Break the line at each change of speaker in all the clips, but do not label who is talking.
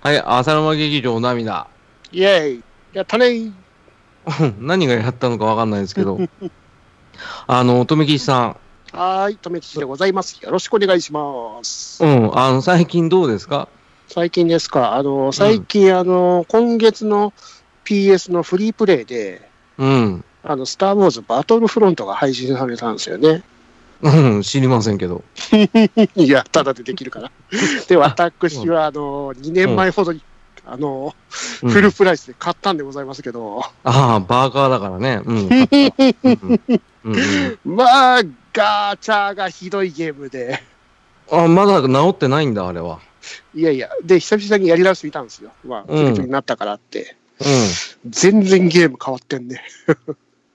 はい、浅沼劇場涙。
イエーイやったねー
うん何がやったのかわかんないですけ ど。あの、とめきちさ
はーい、とめきちでございます。よろしくお願いします。
ん。うん、あの、最近どうですか
最近ですか、あの、最近、あの、今月の PS のフリープレイで、
うん。
あの、スター・ウォーズ・バトルフロントが配信されたんですよね。
うん、知りませんけど。
いや、ただでできるから。 で、私は、あの、2年前ほどに、あの、
うん
フルプライスで買ったんでございますけど、
ああ、バーカーだからね。うん。買ったうん うんうん
まあ、ガチャがひどいゲームで、
あ、まだ治ってないんだ、あれは。
いやいや、で、久々にやり直してみたんですよ。まあ、
うん
ちょびちょびになったからって。
うん。
全然ゲーム変わってんね。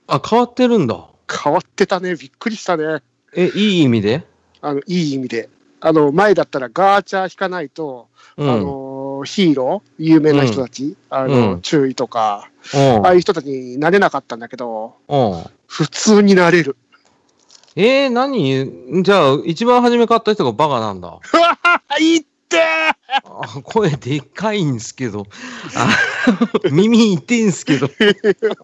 あ、変わってるんだ。
変わってたね。びっくりしたね。
え、いい意味で
あの、いい意味で。あの、前だったらガーチャ引かないと、
う
あ
ん。
の、ヒーロー、有名な人たち、あ
う
の、
ん
注意とか、
うん
ああいう人たちになれなかったんだけど、
うん。
普通にな れる。
えー、何じゃあ、一番初め買った人がバカなんだ。
いいって
あ声でっかいんすけど、あ耳痛いんすけど。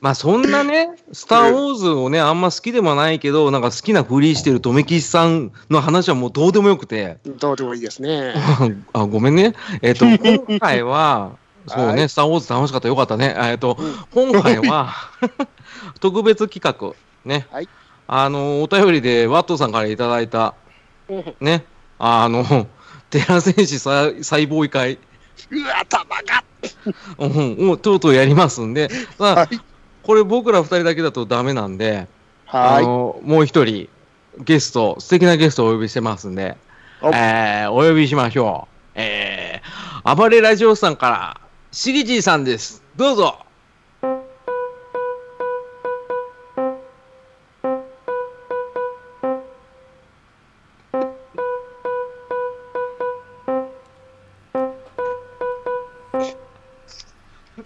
まあそんなね、スター・ウォーズをね、あんま好きでもないけど、なんか好きなフリーしてる留吉さんの話はもうどうでもよくて、
どうでもいいですね。
あごめんね。えっ、と、今回は、 そう
は
ね、スター・ウォーズ楽しかったよかったね。えっ、と、今回 は、特別企画、ね、
はい
あの、お便りでワットさんからいただいた、
うん
ね、あの、 寺戦士細胞異会、
うわ、頭が
うん、をとうとうやりますんで、ただ
はい
これ僕ら二人だけだとダメなんで、あ
は
のもう一人、ゲスト、素敵なゲストをお呼びしてますんで、
お
えーお呼びしましょう。えー、暴れラジオさんから、シリジーさんです。どうぞ。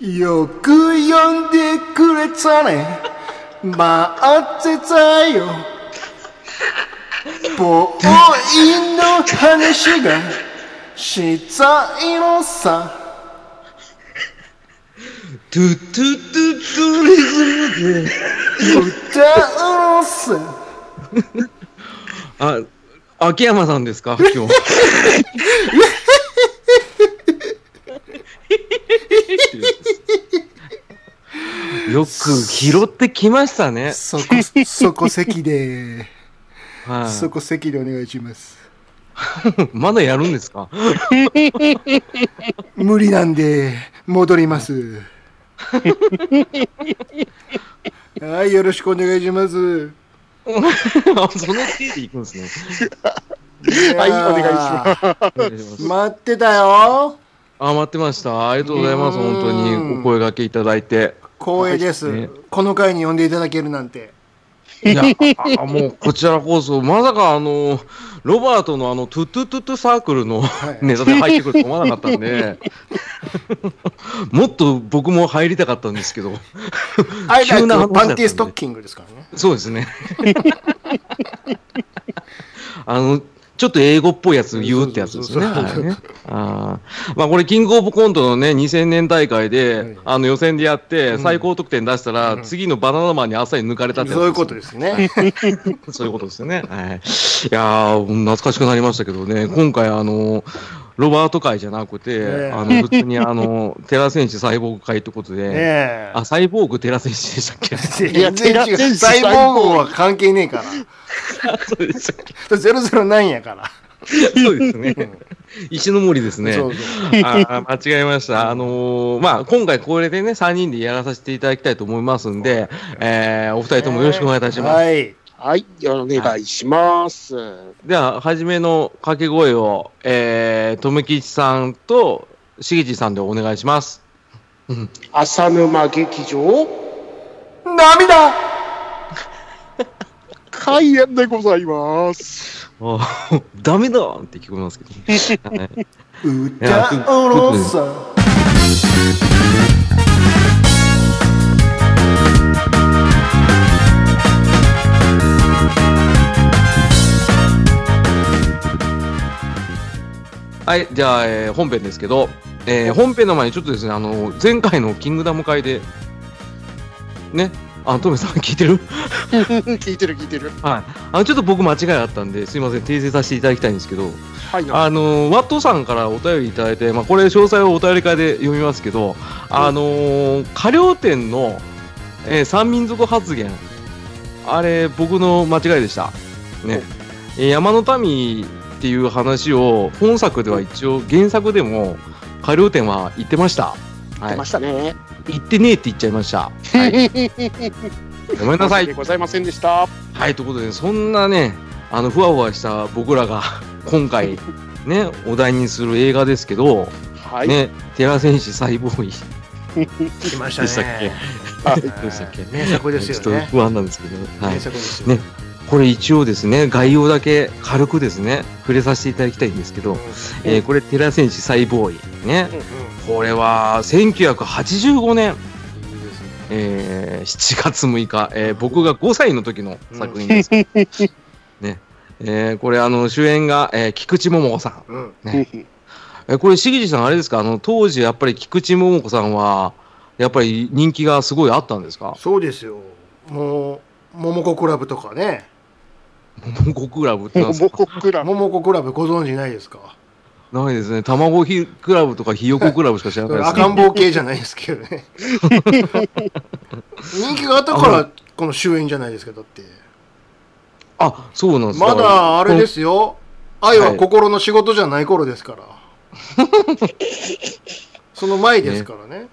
よく呼んでくれたね待ってたよボーイの話がしたいのさ
トゥトゥトゥトゥリズム
歌うのさ
あ、秋山さんですか今日。 よく拾ってきましたね。
そこそこ席で
は
そこ席でお願いします
い、まだやるんですか
無理なんで戻ります はいよろしくお願いします
あその手で行くんですね。
い、はい、お願いします。
お願いし ます
待ってたよ
あ、待ってました。ありがとうございます。本当にお声掛けいただいて。
光栄です、
ね
この回に呼んでいただけるなんて
いや、あもうこちらこそ、まさかあの、ロバートのあの、トゥトゥトゥトゥサークルの
い
ネタで入ってくると思わなかった んで、もっと僕も入りたかったんですけど、
アイラ
急な話だったんで
パンティストッキングですからね
そうです ね。あの、ちょっと英語っぽいやつ言うってやつですね。
そうそう
あ
そう
れねあーまあこれ、キングオブコントのね、2000年大会
はい
で、あの予選でやって、最高得点出したら、次のバナナマンに朝に抜かれたってやつ
そういうこと
ですよね
ですね
そういうことですよね。はい、いやー、懐かしくなりましたけどね、今回、あの、ロバート会じゃなくて、
ええ
あの、普通に、あの、 テラ戦士サイボーグ会ってことで、
ねえ
あ、サイボーグテラ戦士でしたっ け
いや
全然違う
全然
サイボーグは関係ねえから
そうです
009やから、
そうですね。石の森ですね。
そうそう
あー間違えました。あのーまあ、今回これでね、3人でやらさせていただきたいと思いますんで、えーお二人ともよろしくお願いいたします。
はい
はい、お願いします。
では、初めの掛け声を、えー、とめきちさんとしげちさんでお願いします。
浅沼劇場
涙
開演でござ います。
あ ダメだって聞こえますけど、はい
歌うのさ
ははい、じゃあ、えー本編ですけど、えー本編の前にちょっとですね、あの、前回のキングダム会で、ね、あ、トメさん聞いてる
聞いてる聞いてる。
はい。あの、ちょっと僕間違いあったんで、すいません、訂正させていただきたいんですけど、
はいな。
あの、ワットさんからお便りいただいて、まあ、これ、詳細はお便り会で読みますけど、あのー、過料店の、えー三民族発言、あれ、僕の間違いでした。ね。えー山の民っていう話を、本作では一応、原作でも、過料店は言ってました。
言ってましたね。
言ってねえって言っちゃいました。 ごめんな
な
さ
さ
い
い。。ございませんでした。
はい、ということで、そんなね、あの、ふわふわした僕らが、今回、ね、お題にする映画ですけど、
はい。
ね、寺選手サイボーイ
来まし
でした
た
っ
ね。
あ
はい
どうでしたっけ
名作です
ちょっと
よね。
不安なんですけど、は
名
い、
作ですよ。
ねこれ一応ですね概要だけ軽くですね触れさせていただきたいんですけど、えーこれ寺選手サイボーイね、これは1985年、えー7月6日、えー僕が5歳の時の作品です、ねえーこれあの主演が、えー菊池桃子さん
うん。
えこれ、しぎじさん、あれですか、あの当時、やっぱり菊池桃子さんは、やっぱり人気がすごいあったんです か、
そうですよ。もう、桃子クラブとかね。
桃子クラブってなんです
も
か、
こくら。
桃子クラブご存知ないですか
ないですね、卵ひクラブとかひよこクラブしか知らないです、
赤ん坊系じゃないですけどね。人気があったから、この終演じゃないですか、だって。
あそうなんです、
まだあれですすよ。愛は心の仕事じゃない頃で すから。その前ですからね。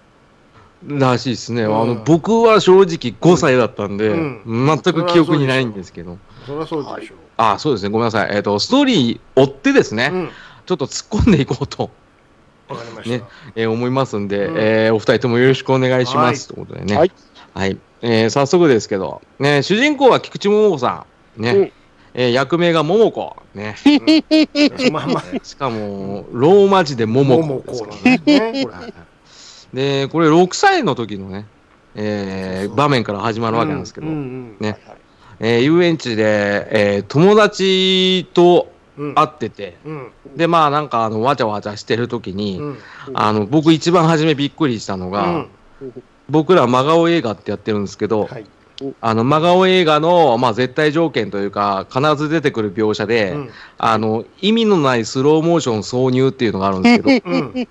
らしいですね、あ
う
の
ん
僕は正直5歳だったんで、
うん
全く記憶にないんですけど、
そりゃそうでしょう。
あそうですね、ごめんなさい、えっとストーリー追ってですね、
うん。
ちょっと突っ込んでいこうと、
わかりました。
えー思いますんで、
うん
えーお二人ともよろしくお願いしますということでね。
はい。
はい。えー早速ですけど、ね、主人公は菊池桃子さん。ね。
うん
えー役名が桃子。 ね。
まあまあ、
しかも、ローマ字で 桃
桃
子
子
ですから
なん
ね。
ですね。これ
で、これ6歳の時のね、えー場面から始まるわけなんですけど、
うんうん
ねえー遊園地で、えー友達と
うん
会ってて、
うん
で、まあなんかあの、わちゃわちゃしてる時に、
うん
あの、僕一番初めびっくりしたのが、
うん
僕ら真顔映画ってやってるんですけど、
はい
あの真顔映画の、まあ、絶対条件というか必ず出てくる描写で、
うん
あの意味のないスローモーション挿入っていうのがあるんです けど、
う
う
ん
ん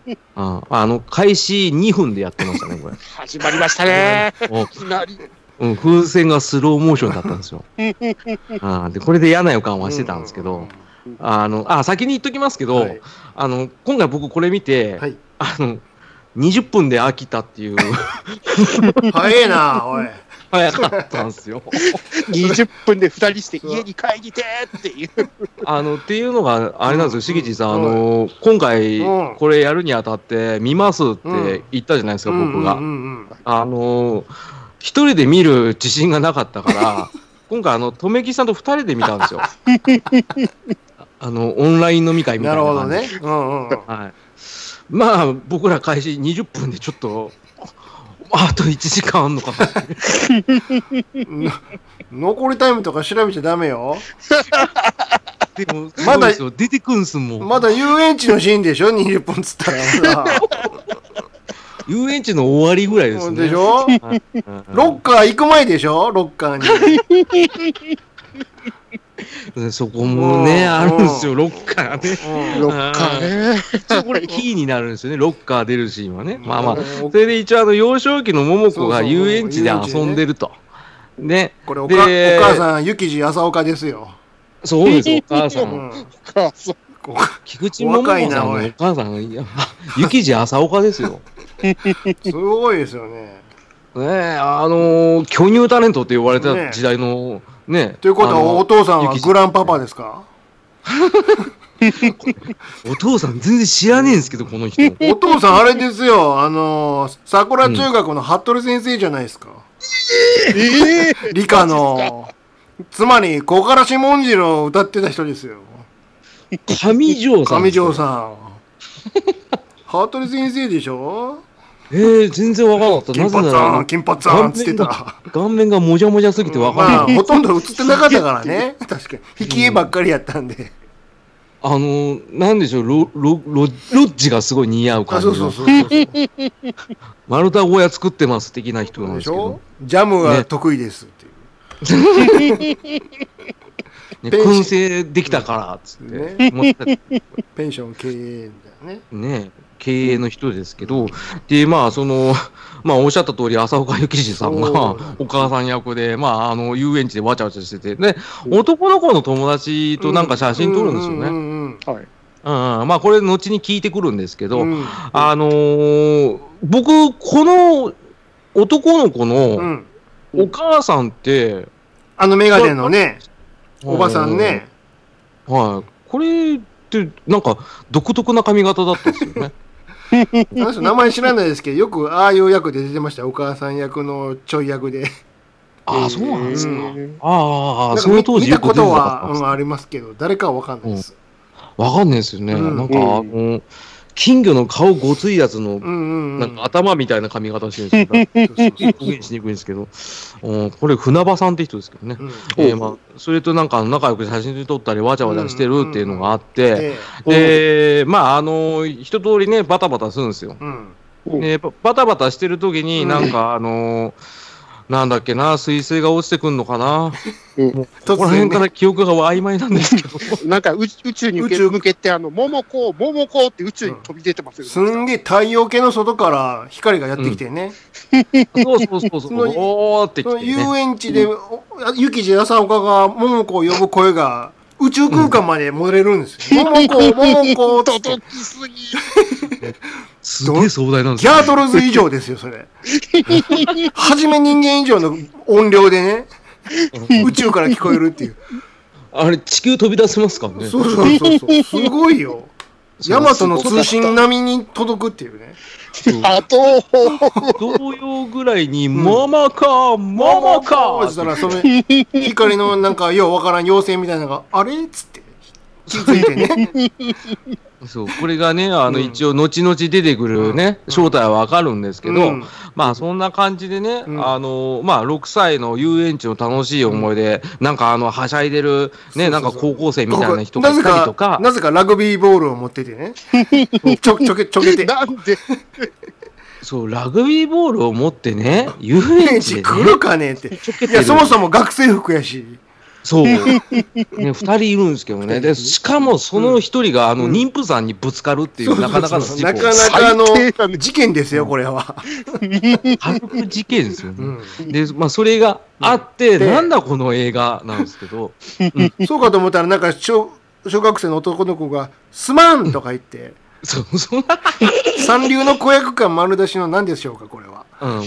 あの開始2分でやってましたねこれ
始まりましたね。
お
いきなり。
うん、風船がスローモーションだったんです よあーでこれで嫌な予感はしてたんですけど、あのあ先に言っときますけど、
はい
あの今回僕これ見て、
はい
あの20分で飽きた っていう
早いな、おい。
早かったんですよ
20分で二人して家に帰りてーっていう。
あのっていうのがあれなんですよ、しぎちさん、あ
うん
の今回
うん、
これやるにあたって、見ますって言ったじゃないですか、僕
う
が。
んうんうん
あの一人で見る自信がなかった から、今回、あの留吉さんと二人で見たんですよ。あのオンライン飲み会みた
ないる
な
ほ
感
ど
じ。
ね。うんうんうん
はい、まあ、僕ら開始20分でちょっと、あと1時間あんのかなって
残りタイムとか調べちゃダメよ。
でも、
ま
ま
だ
だ出てくんすもん。
まだ遊園地のシーンでしょ、20分つったらさ。
遊園地の終わりぐらいですね。
でしょ
はい
ロッカー行く前でしょロッカー に。
うんそこもね、
うん
あるんですよ、ロッカーね。
うん
ロッカーね。
一応これ、キーになるんですよね、ロッカー出るシーンはね。
ん
まあまあ、
うん
それで一応、あの幼少期の桃子が
そうそう
遊園地で遊んでると。ね、
これおか、お
で
母さん、ゆきじ朝岡ですよ。
そうです、 お母さ。
うんん
あそう
こ
菊池桃子さんのお
お若いなおい
母さんが、いや、雪地朝岡ですよ。
すごいですよね。
ねえ、あのー巨乳タレントって呼ばれた時代の、ね。
ということ
あ
は、
の
お父さんは
雪地
グランパパですか
お父さん全然知らねえんですけど、この人。
お父さん、あれですよ。あのー、桜中学の服部先生じゃないですか。
ええ
理科の、つまり、小からしもんじろを歌ってた人ですよ。
上条さん。
上条さん。ハートリ先生でしょ
えー、全然わからなかった。
金
なぜ
髪
な
さん、
ら、
金髪さんっつってた。
顔面がもじゃもじゃすぎてわかんない。
まあ、ほとんど映ってなかったからね。確かに。引き絵ばっかりやったんで。
あの、なんでしょう、ロロロロッジがすごい似合う感
あ、
じの
そうそうそうそう。で
丸太小屋作ってます的な人なんです
し
け
ょ
ど。
ジャムが得意ですっていう
ね、
ペ
燻
ンシ
製できたから、っつって。
ね。
思った
ペンション経営みたいなね。
ね、経営の人ですけど、で、まあ、その、まあ、おっしゃった通り、浅岡幸二さん
そ
が
う
お母さん役で、まあ、あの、遊園地でわちゃわちゃしてて、ね、男の子の友達となんか写真撮るんですよね。う
うんんうん
はい。
まあ、これ、後に聞いてくるんですけど、
うんうん。
あのー僕、この男の子
う
の
ん。
お母さんって、
あのメガネのね、おばさんね。
はい。これって、なんか、独特な髪型だったんですよね。
あの人名前知らないですけど、よくああいう役で出てましたよ。お母さん役のちょい役で。
ああ、そうなんですか。
うん
あ
な
あ、
んか
その当時
見た
よく
こ
出て
と
なかったんで
は、う
す
ん、ありますけど、誰かはわかんないです。
わかんないですよね。
うん
なんか、
うん
あの金魚の顔ごついやつの
う、んうんう
なん
ん。
か頭みたいな髪型してるんです
そうそうそう
よ。表現しにくいんですけど、うんこれ船場さんって人ですけどね。
うん
えーまあ、それとなんか仲良く写真撮ったりわちゃわちゃしてるっていうのがあって、
で
で、まあ、あの、一通りね、バタバタするんですよ。
うん
ね、ババタバタしてる時に、なんか、あのーなんだっけな、彗星が落ちてくんのかな、ここ
突
ら
然
辺か
ね
ら記憶が曖昧なんですけど、
なんか宇宇宙に向け
宇宙
向けて、あの、桃子、桃子って宇宙に飛び出てますよね。
すんげえ太陽系の外から光がやってきてね、
そうそうそうそう、
その
おーって
そ
き
の
て、ね、
遊園地で、お雪地朝岡が桃子を呼ぶ声が宇宙空間まで戻れるんですよ。桃子、桃子って言って
届きすぎ。
すげえ壮大なんです
ギ
よ。
ャートルズ以上ですよ、それ。はじめ人間以上の音量でね、宇宙から聞こえるっていう。
あれ、地球飛び出せますからね。
そうそうそうそう。すごいよ。
そう
ヤマトの通信並みに届くっていうね。
あと、
同様ぐらいに、ママか、ママか
そしたら、その、光のなんか、ようわからん妖精みたいなのが、あれっつって、気づいてね。
そう、これがね、あの、
うん
一応、後々出てくるね、
うん
正体はわかるんですけど、
うん
まあ、そんな感じでね、
うん
あの、まあ、6歳の遊園地の楽しい思い出、なんか、あの、はしゃいでる、ね、なんか高校生みたいな人が
ないぜ
たりと
か
か、、
なぜかラグビーボールを持っててね。ちょ、ちょけ、ちょけて。
なんで、
そう、ラグビーボールを持ってね、遊
ベ
園
ン
地
チ
でね、
来るかねって。いや、そもそも学生服やし。
そう。ね、二人いるんですけどね。で、しかもその一人が、あの、
うん
妊婦さんにぶつかるっていう、なかなかの事
なか
故。
なかの
最低だね
事件ですよ、これは。
軽く事件ですよ
う
ね。
ん
で、まあ、それがあって、
で
なんだこの映画なんですけ ど、
そうかと思ったら、なんか、小、小学生の男の子が、すまんとか言って、
そ、そん
三流の子役感丸出しの何でしょうか、これは。
うん、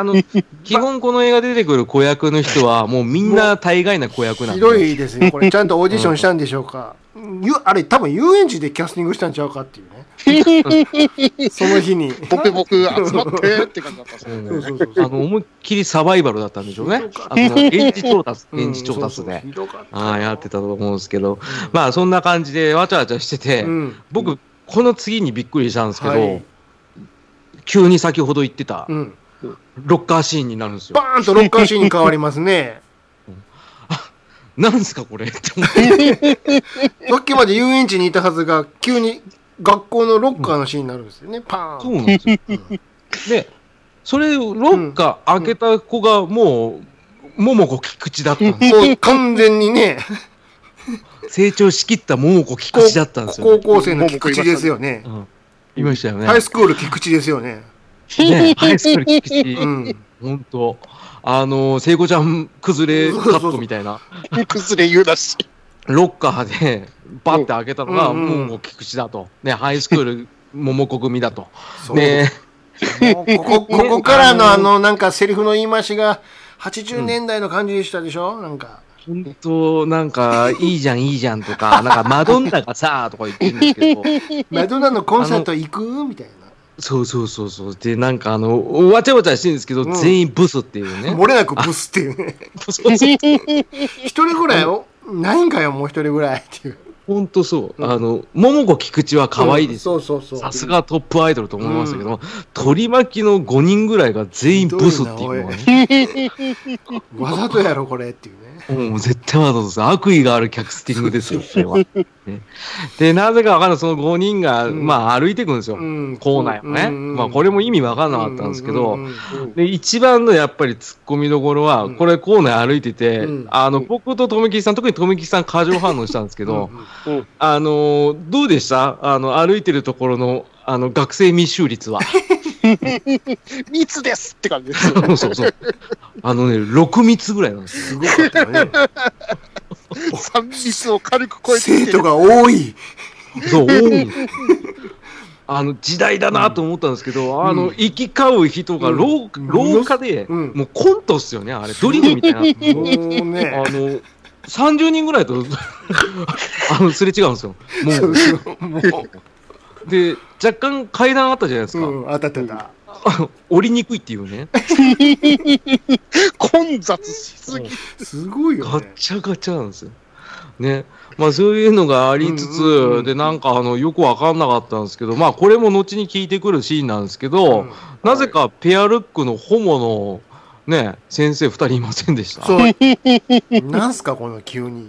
あ の、基本この映画出てくる子役の人は、もうみんな大概な子役なん
ひ
で。
どいです ね、これ、ちゃんとオーディションしたんでしょうか、ゆあれ、多分遊園地でキャスティングしたんちゃうかっていうね、その 日に、
僕僕集まってって感じだったんです
う
よ。
ん
そうそうそう
あの、思いっきりサバイバルだったんでしょうね。あの、現地調達、現地調達
うんそうそう
で。
ひどかった
ああ、やってたと思うんですけど、まあ、そんな感じでわちゃわちゃしてて、
うん
僕、この次にびっくりしたんですけど、
はい
急に先ほど言ってた
う、ん、
ロッカーシーンになるんですよ。
バーンとロッカーシーンに変わりますね、
なんすか、これって思って
さっきまで遊園地にいたはずが、急に学校のロッカーのシーンになるんですよね、パ
そ
ー
う
ン。
なんですよ。で、それ、ロッカー開けた子がもう、桃子菊池だったんですよ。
もう完全にね、
成長しきった桃子菊池だったんですよ、
高
ね。
校生の菊池ですよね
う、んいましたよね。
ハイスクール菊池ですよね、
ねハイスクール菊池
う。ん、
本当あの、聖子ちゃん崩れカットみたいな。
崩れ言うだし。
ロッカーでバッて開けたのが、
うんうんうん
もう菊池だと。ね、ハイスクール 桃子組だと。
そう
ね
もうここここからのあのなんかセリフの言い回しが80年代の感じでしたでしょ、なんか
本当なんか、いいじゃん、いいじゃんとか、なんか、マドンナがさ、とか言ってるんですけど、
マドンナのコンサート行くみたい
そうそうそうそう。で、なんか、あの、わちゃわちゃしてるんですけど、
うん
全員ブスっていう
な
ね。
漏れなくブスっていうね
そうそう
一人ぐらいをないんかよもう一人ぐらいっていう
本当そう。
うん
あの、桃子菊池は可愛いですよ。
そうそうそう
さすがトップアイドルと思いましたけど、取り巻きの5人ぐらいが全員ブスっていうのがね。
わざとやろこれっていうね
もう絶対わざとです。悪意がある客スティング ですよ、これは。ねで、なぜかわからない、その5人が、
うん
まあ歩いていくんですよ、
うん
校内をね。
うんうん
まあこれも意味わからなかったんですけど、
うんうん
で一番のやっぱり突っ込みどころは、
うん
これ校内歩いてて、
うん
あの僕と富木さん特に富木さん過剰反応したんですけど、あのーどうでしたあの歩いてるところのあの学生密集率は
密ですって感じです。
そうそうそうあのね6密ぐらいなんですよ
すごか ったね。
三密を軽く超えて
生
きて
徒
る。
が多い。
そう多い あの時代だなと思ったんですけど、あの行き交う人が廊,、
うん
廊下で、
うん
もうコントっすよねあれドリルみたいな
もう
あ
ね、
の30人ぐらいと あのすれ違うんですよもう
も
で若干階段あったじゃないです
う、
か、
うん、あったあったあった。
降りにくいっていうね
混雑しすぎ。
すごいよ
ガ
ね
ッ。チャガチャなんですよ。ね。まあそういうのがありつつ、
うんうんうん
で、なんかあの、よくわかんなかったんですけど、まあこれも後に聞いてくるシーンなんですけど、
うん
なぜかペアルックのホモのね、先生二人いませんでした。
そう。 なんすか、この急に。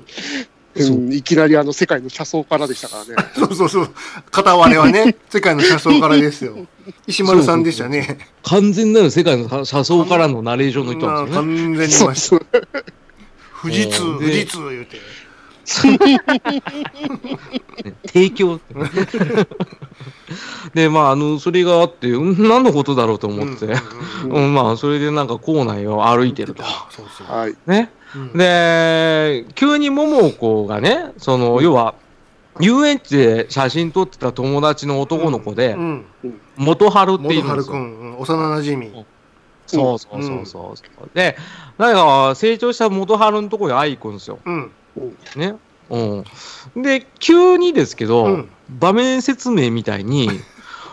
そう
うんいきなりあの世界の車窓からでしたからね。
そうそうそう。片割れ はね、世界の車窓からですよ。石丸さんでしたね。
完全なる世界の車窓からのナレーションの人なんですよね。
完全に
そ
ま
う
し
そう。
富士通、
うんで
富士通言うて。
ね提供 ってねで、まあ、あの、それがあって、うん何のことだろうと思って、
うん
うんまあ、それでなんか校内を歩いてると。
そうそう。
はい。
ね。
うん
で、急に桃子がね、その、要は、遊園地で写真撮ってた友達の男の子で
う、ん
元春っていうん
元
で
春
す
く
よ。
ん、うん幼馴染み。
そうそうそうそうそう。で、なんか、成長した元春のところに会いに行くんですよ。
うん。
ね。うん。で、急にですけど、
うん
場面説明みたいに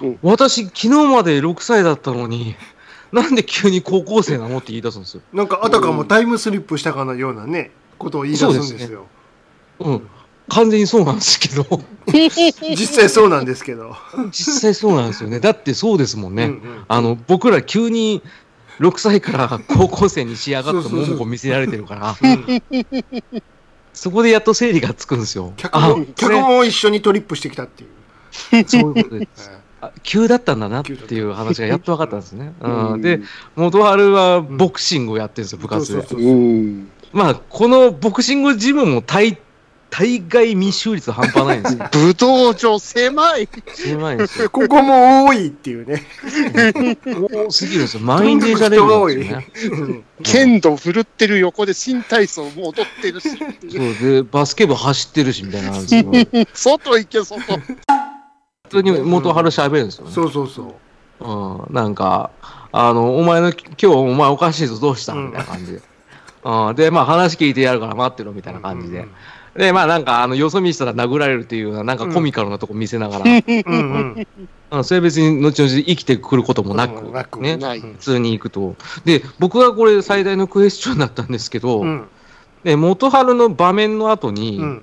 うん、
私、昨日まで6歳だったのに、なんで急に高校生なのって言い出すんですよ。
なんかあたかもタイムスリップしたかのようなね、ことを言い出すんですよ。
うん。完全にそうなんですけ ど、
実際そうなんですけど。
実際そうなんですよね。だってそうですもんね。
うんうん
あの、僕ら急に6歳から高校生に仕上がった桃子見せられてるから、
うん
そこでやっと整理がつくんですよ。
脚
あ、
本脚本を一緒にトリップしてきたっていう。
そういうことです。
え
あ急だったんだなっていう話がやっと分かったんですね。
う
うんん、で、、元春はボクシングをやってるんですよ、部活
そう
で
そ。うそう
うん。
まあ、このボクシングジムも大、大概密集率半端ないんです よ。
武道場狭い。
狭いんですよ。
ここも多いっていうね。
多すぎるんですよ。満員電車レベルなんですよね。
うん
剣道振るってる横で新体操も踊ってるし。
そうで、バスケ部走ってるし、みたいな感じ で。
外行け、外。
本当に元春喋るんですよね。
そうそうそう。
うん、なんか、あの、お前の、今日お前おかしいぞ、どうしたみたいな感じで。うん、で、まあ話聞いてやるから待ってろ、みたいな感じで。で、まあなんか、あの、よそ見したら殴られるっていうような、なんかコミカルなとこ見せな がら、
うんうん。
うん、それは別に後々生きてくることもな
うん
く、
なく
ね、
ない。
普通に行くと。で、僕はこれ最大のクエスチョンだったんですけど、
うん
で元春の場面の後に、
うん。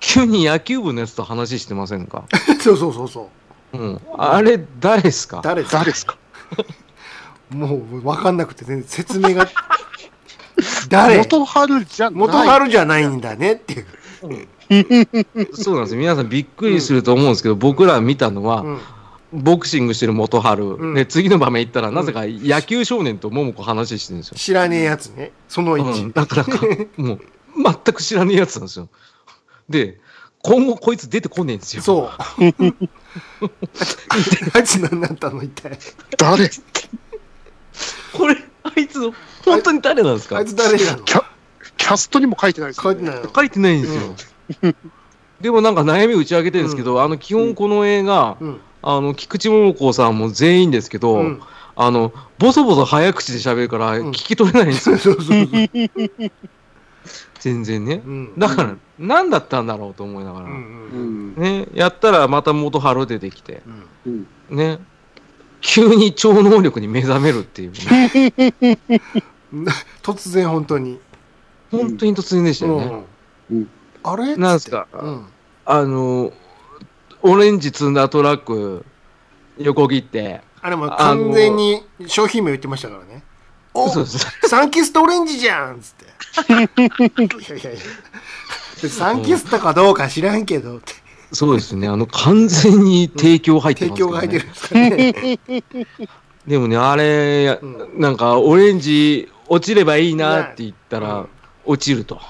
急に野球部のやつと話してませんか
そうそうそうそう。
うん。あれ、誰ですか
誰
誰ですか
もう分かんなくて全然説明が 誰
元春じゃない。
元春じゃないんだねっていう、
そうなんですよ皆さんびっくりすると思うんですけど、僕ら見たのは、
うん
ボクシングしてる元春、
うん
で次の場面行ったら、なぜか野球少年と桃子話してるんですよ。
知らねえやつねその
う
1
ん、だからか、もう全く知らねえやつなんですよ。で、今後こいつ出てこねえんですよ。
そうあいつ何だったの一体
誰
これ、あいつ、本当に誰なんです
あ
か
いつ誰なの
キャキャストにも書いてないです
書
よ
いて
ね。
ないの
書いてないんですよ。でもなんか悩み打ち明けてるんですけど、あの基本この映画、
うん
あの菊池桃子さんも全員ですけど、
うん
あのボソボソ早口で喋るから
ん
聞き取れないんですよ、
そうそうそうそう
全然ね
う。ん
だから、何だったんだろうと思いながら、
うん
う
うん
ん。
ね、やったらまた元春出てきて、
うん
うん
ね、急に超能力に目覚めるっていう、 ね、
突然本当に、
本当に突然でしたよね。
うん
うん
あれ
なんですか、
うん
あの、オレンジ積んだトラック、横切って、
あれも完全に商品名言ってましたからねお
そうです。
サンキストオレンジじゃんっつって。いやいやいや。でサンキストかどうか知らんけどって、
そうですね。あの、完全に提供入って
提
ますか
供が
ら、
入
ね。
ってるんですかね。
でもね、あれ、
う
なんか、オレンジ落ちればいいなって言ったら、
うん
落ちる と。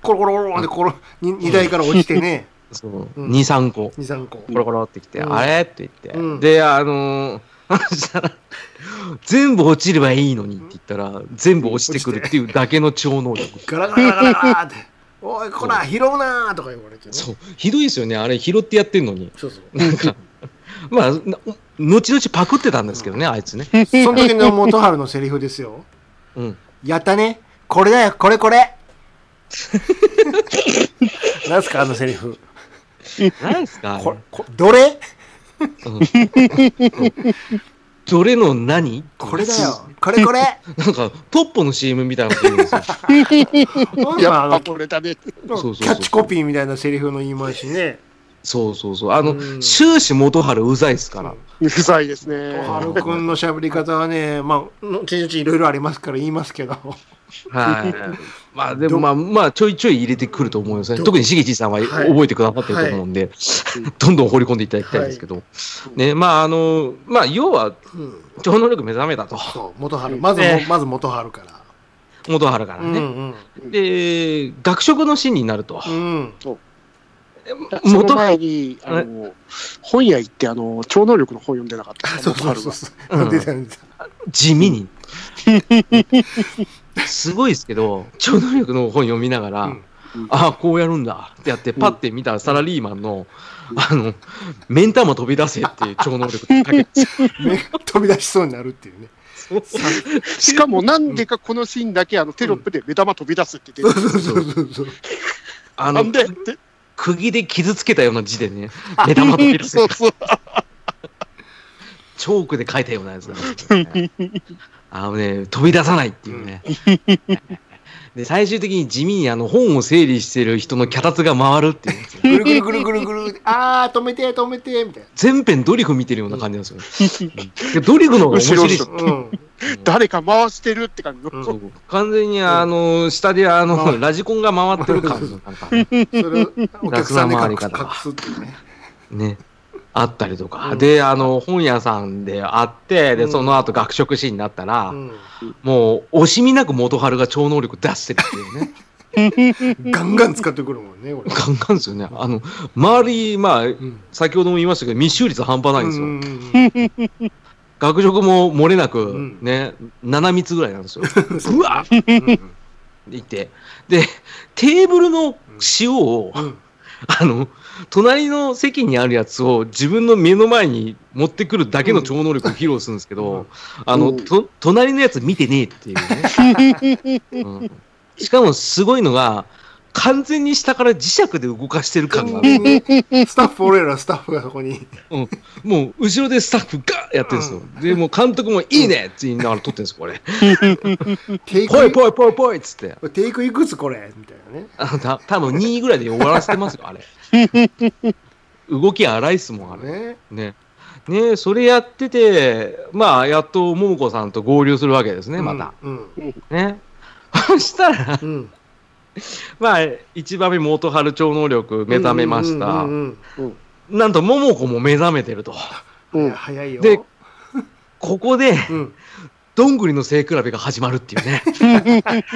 コロコロコロってコロ、に荷台から落ちてね、
そう。
うん
2、3個。
2、3個。
コロコロってきて、
うん
あれって言って、
うん
で、あのー、 したら、全部落ちればいいのにって言ったら、全部落ちてくるっていうだけの超能力。
ガラガラガラガラって、おい、こら、拾うなーとか言われてね。
そう、ひどいですよね、あれ、拾ってやってんのに。
そうそう。
なんか、まあ、な後々パクってたんですけどね、あいつね。
その時の元春のセリフですよ。
うん。
やったね。これだよ、これこれ。 なんすか、あのセリフ。
何ですか
ここどれ
どれの何
これだよ、これこ れ。
なんか、トッポの CM みたいなこと言うん ですよ。
まあ
や
あ
っぱ
の
これだね。
そうそうそう
キャッチコピーみたいなセリフの言い回しね。
そうそうそう。あの、
うん
終始元春うざいですから。
うざいですね。
はるくんのしゃべり方はね、まあ、のち々いろいろありますから言いますけど、
はい。まあでもまあ、まあちょいちょい入れてくると思うんですね。
ど
特にしげちさんは覚えてくださってると思うんで、 どんどん掘り込んでいただきたいんですけど。ね、まああの、まあ要は
うん、
超能力目覚めたと。
そう元春まず、
ね
まず元春から。
元春から
うん
ね。で、学食のシーンになると。
うんうん
その
元春、
前に、あの、本屋行って、あの、超能力の本読んでなかった。
そうそうそうそう、
うん
出てた出て
地味 に。すごいですけど、超能力の本読みながら、
うん
ああ、こうやるんだってやって、パッて見たらサラリーマンの、あの、目ん玉飛び出せっていう超能力かけて
た目が飛び出しそうになるっていうね。
しかも、なんでかこのシーンだけ、あの、テロップで目玉飛び出すって出てる。
そうそうそうそう。
あ
な
の
ん、でって。
釘で傷つけたような字でね、目玉飛び出せ
そうそう。
チョークで書いたようなやつだ、ね。あのね、飛び出さないっていうね。で、最終的に地味にあの本を整理してる人の脚立が回るっていうやつ。
ぐるぐるぐるぐるぐる、あー、止めて、止めて、みたいな。
全編ドリフ見てるような感じなんですよ。でドリフの方が面白いし。
うん、
誰か回してるって感じの。
そう完全にあの、下であの、ラジコンが回ってる感じのなんか
それをお客さん
雑
で
な回り
隠す
方
隠すっていうね。
ね、あったりとか。
うん
で、あの、本屋さんで会って、
う
で、
ん
その後学食シーンになったら、
う
もう、惜しみなく元春が超能力出してるっていう ね。
ん、ガンガン使ってくるもんね、これ。
ガンガンですよね。あの、周り、まあ、
うん
先ほども言いましたけど、密集率半端ないんですよ。
うんうん
学食も漏れなく、
ん
ね、7密ぐらいなん ですよ。
うん
うわっ
うん
いて。で、テーブルの塩を、
うん
あの、隣の席にあるやつを自分の目の前に持ってくるだけの超能力を披露するんですけど、
うん
あの、
うん
と、隣のやつ見てねえっていうね。うんしかもすごいのが、完全に下から磁石で動かしてる感がある。
スタッフ、俺らスタッフがそこに。
うん、もう後ろでスタッフがやってるんですよ。で、もう監督もいいねって言いながら撮ってるんですよ、これ。
テイク
ぽいぽいぽいぽいっつって。
テイクいくつこれみたいなね。
あのた多分2位ぐらいで終わらせてますよ、あれ。動き荒いっすもん、あれ。
ね
ね。ねそれやってて、まあ、やっと桃子さんと合流するわけですね、また。。
うん。
ね。 そしたら、
うん。
まあ、一番目、元春超能力目覚めまし
う
た
ん。うん
なんと、桃子も目覚めてると。
うんうん
うん
早いよ。
でここで、
うん。
どんぐりの背比べが始まるっていうね。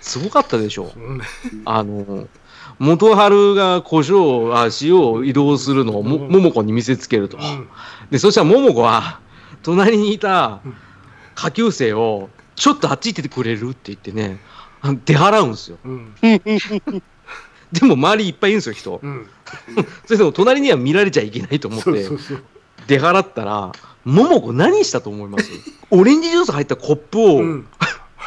すごかったでしょ。
うん
あの、元春が胡椒、あ塩を移動するのをも、
うん
桃子に見せつけると。で、そしたら桃子は、隣にいた
うん
下級生を、ちょっとあっち行っててくれるって言ってね、あの出払うんですよ。
うん。
でも周りいっぱいいるんですよ、人。
うん。
それでも隣には見られちゃいけないと思っ
そう
て
そ、うそう。
出払ったら、桃子何したと思いますオレンジジュース入ったコップ
う
を
ん。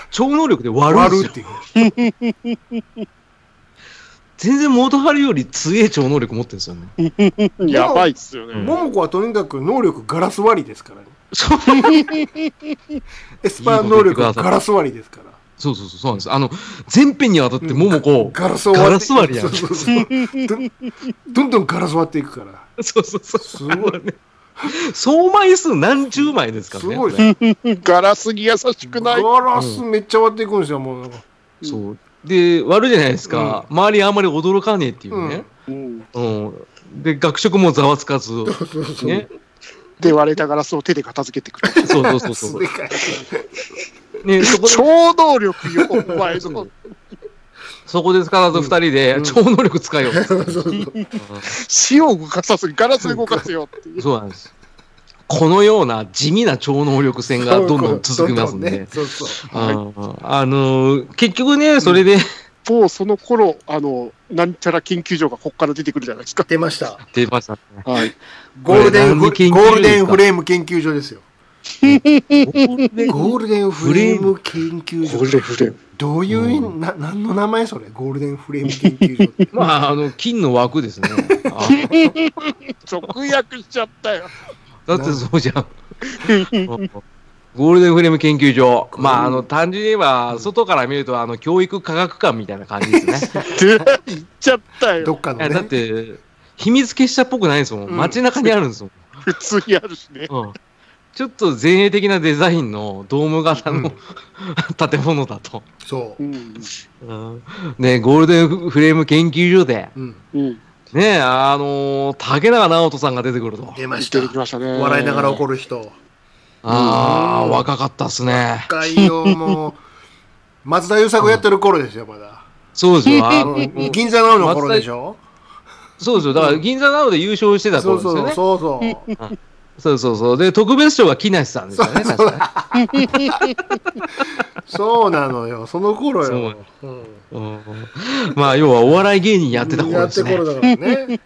超能力で割るんです
割
よ
るっ。ていう。
全然元春より強え超能力持ってるんですよね。
やばいっすよね。
桃子はとにかく能力ガラス割りですからね。
そう
エスパー能力はガラス割りですから。
そうそうそうそうなんです。あの、全編にわたって桃子、
ガラスを割って
ガラス割りやん
そうそうそうどんどんガラス割っていくから。
そうそうそう。
すごい。
総枚数何十枚ですからね。
すごい
こ
で
れ
ガラスに優しくない。
ガラスめっちゃ割っていくんですよ、もう。
そう。で、悪いじゃないですか。周りあんまり驚かねえっていうね。
うん
うん。で、学食もざわつかず。ね。
で、割れたガラスを手で片付けてくる。
そうそうそう
す
そ
でかい。
う。ね、そこで、
超能力よ、お前の。
そこで必ず二人で
うん
超能力使えよう。
死を動かさずにガラスで動かせよっていう。
そうなんです。このような地味な超能力戦がどんどん続きますんで。
そうそう。
うんあのー結局ね、それで
もうその頃、あの、なんちゃら研究所がここから出てくるじゃないですか。
出ました。
出ましたね。
はい。
ゴールデンフ
これ何研究所ですか
ゴールデンフレーム研究所です
れ
よ。ゴールデンフレーム研究所。
フレーム。
どういう意味、な何の名前それゴールデンフレーム研究 所って
まあ、あの、金の枠 ですね。あ
直訳しちゃったよ。
だってそうじゃん。ゴールデンフレーム研究所。まあ、あの、単純に言えば、外から見ると、あの、教育科学館みたいな感じですね。
で、言っちゃった
ど
よ。
っか
い
の
や
ね。
だって、秘密結社っぽくないですもん。
うん
街中にあるんですもん。
普通にあるしね。
うんちょっと前衛的なデザインのドーム型
う
の
ん
建物だと。
そう。
うん。
ね、ゴールデンフレーム研究所で、
うん、
うん。
ね、あのー竹中直人さんが出てくると。
出まし
出てき
た。
ましたね。
笑いながら怒る人。
ああ、若かったっすね。
深いよ、も う。松田優作やってる頃ですよ、まだ。
そうですよ。あの
銀座のの頃でしょ
そうですよ。だから、銀座などで優勝してた
そ
頃
う
ですよ
そ
ね。
うそうそう。
そうそうそう。で、特別賞が木梨さんですよね、確か
そうなのよ、その頃よ。うん
に。うんまあ、要はお笑い芸人やってた頃
や
で
っ
す
て
ね。
頃だから ね。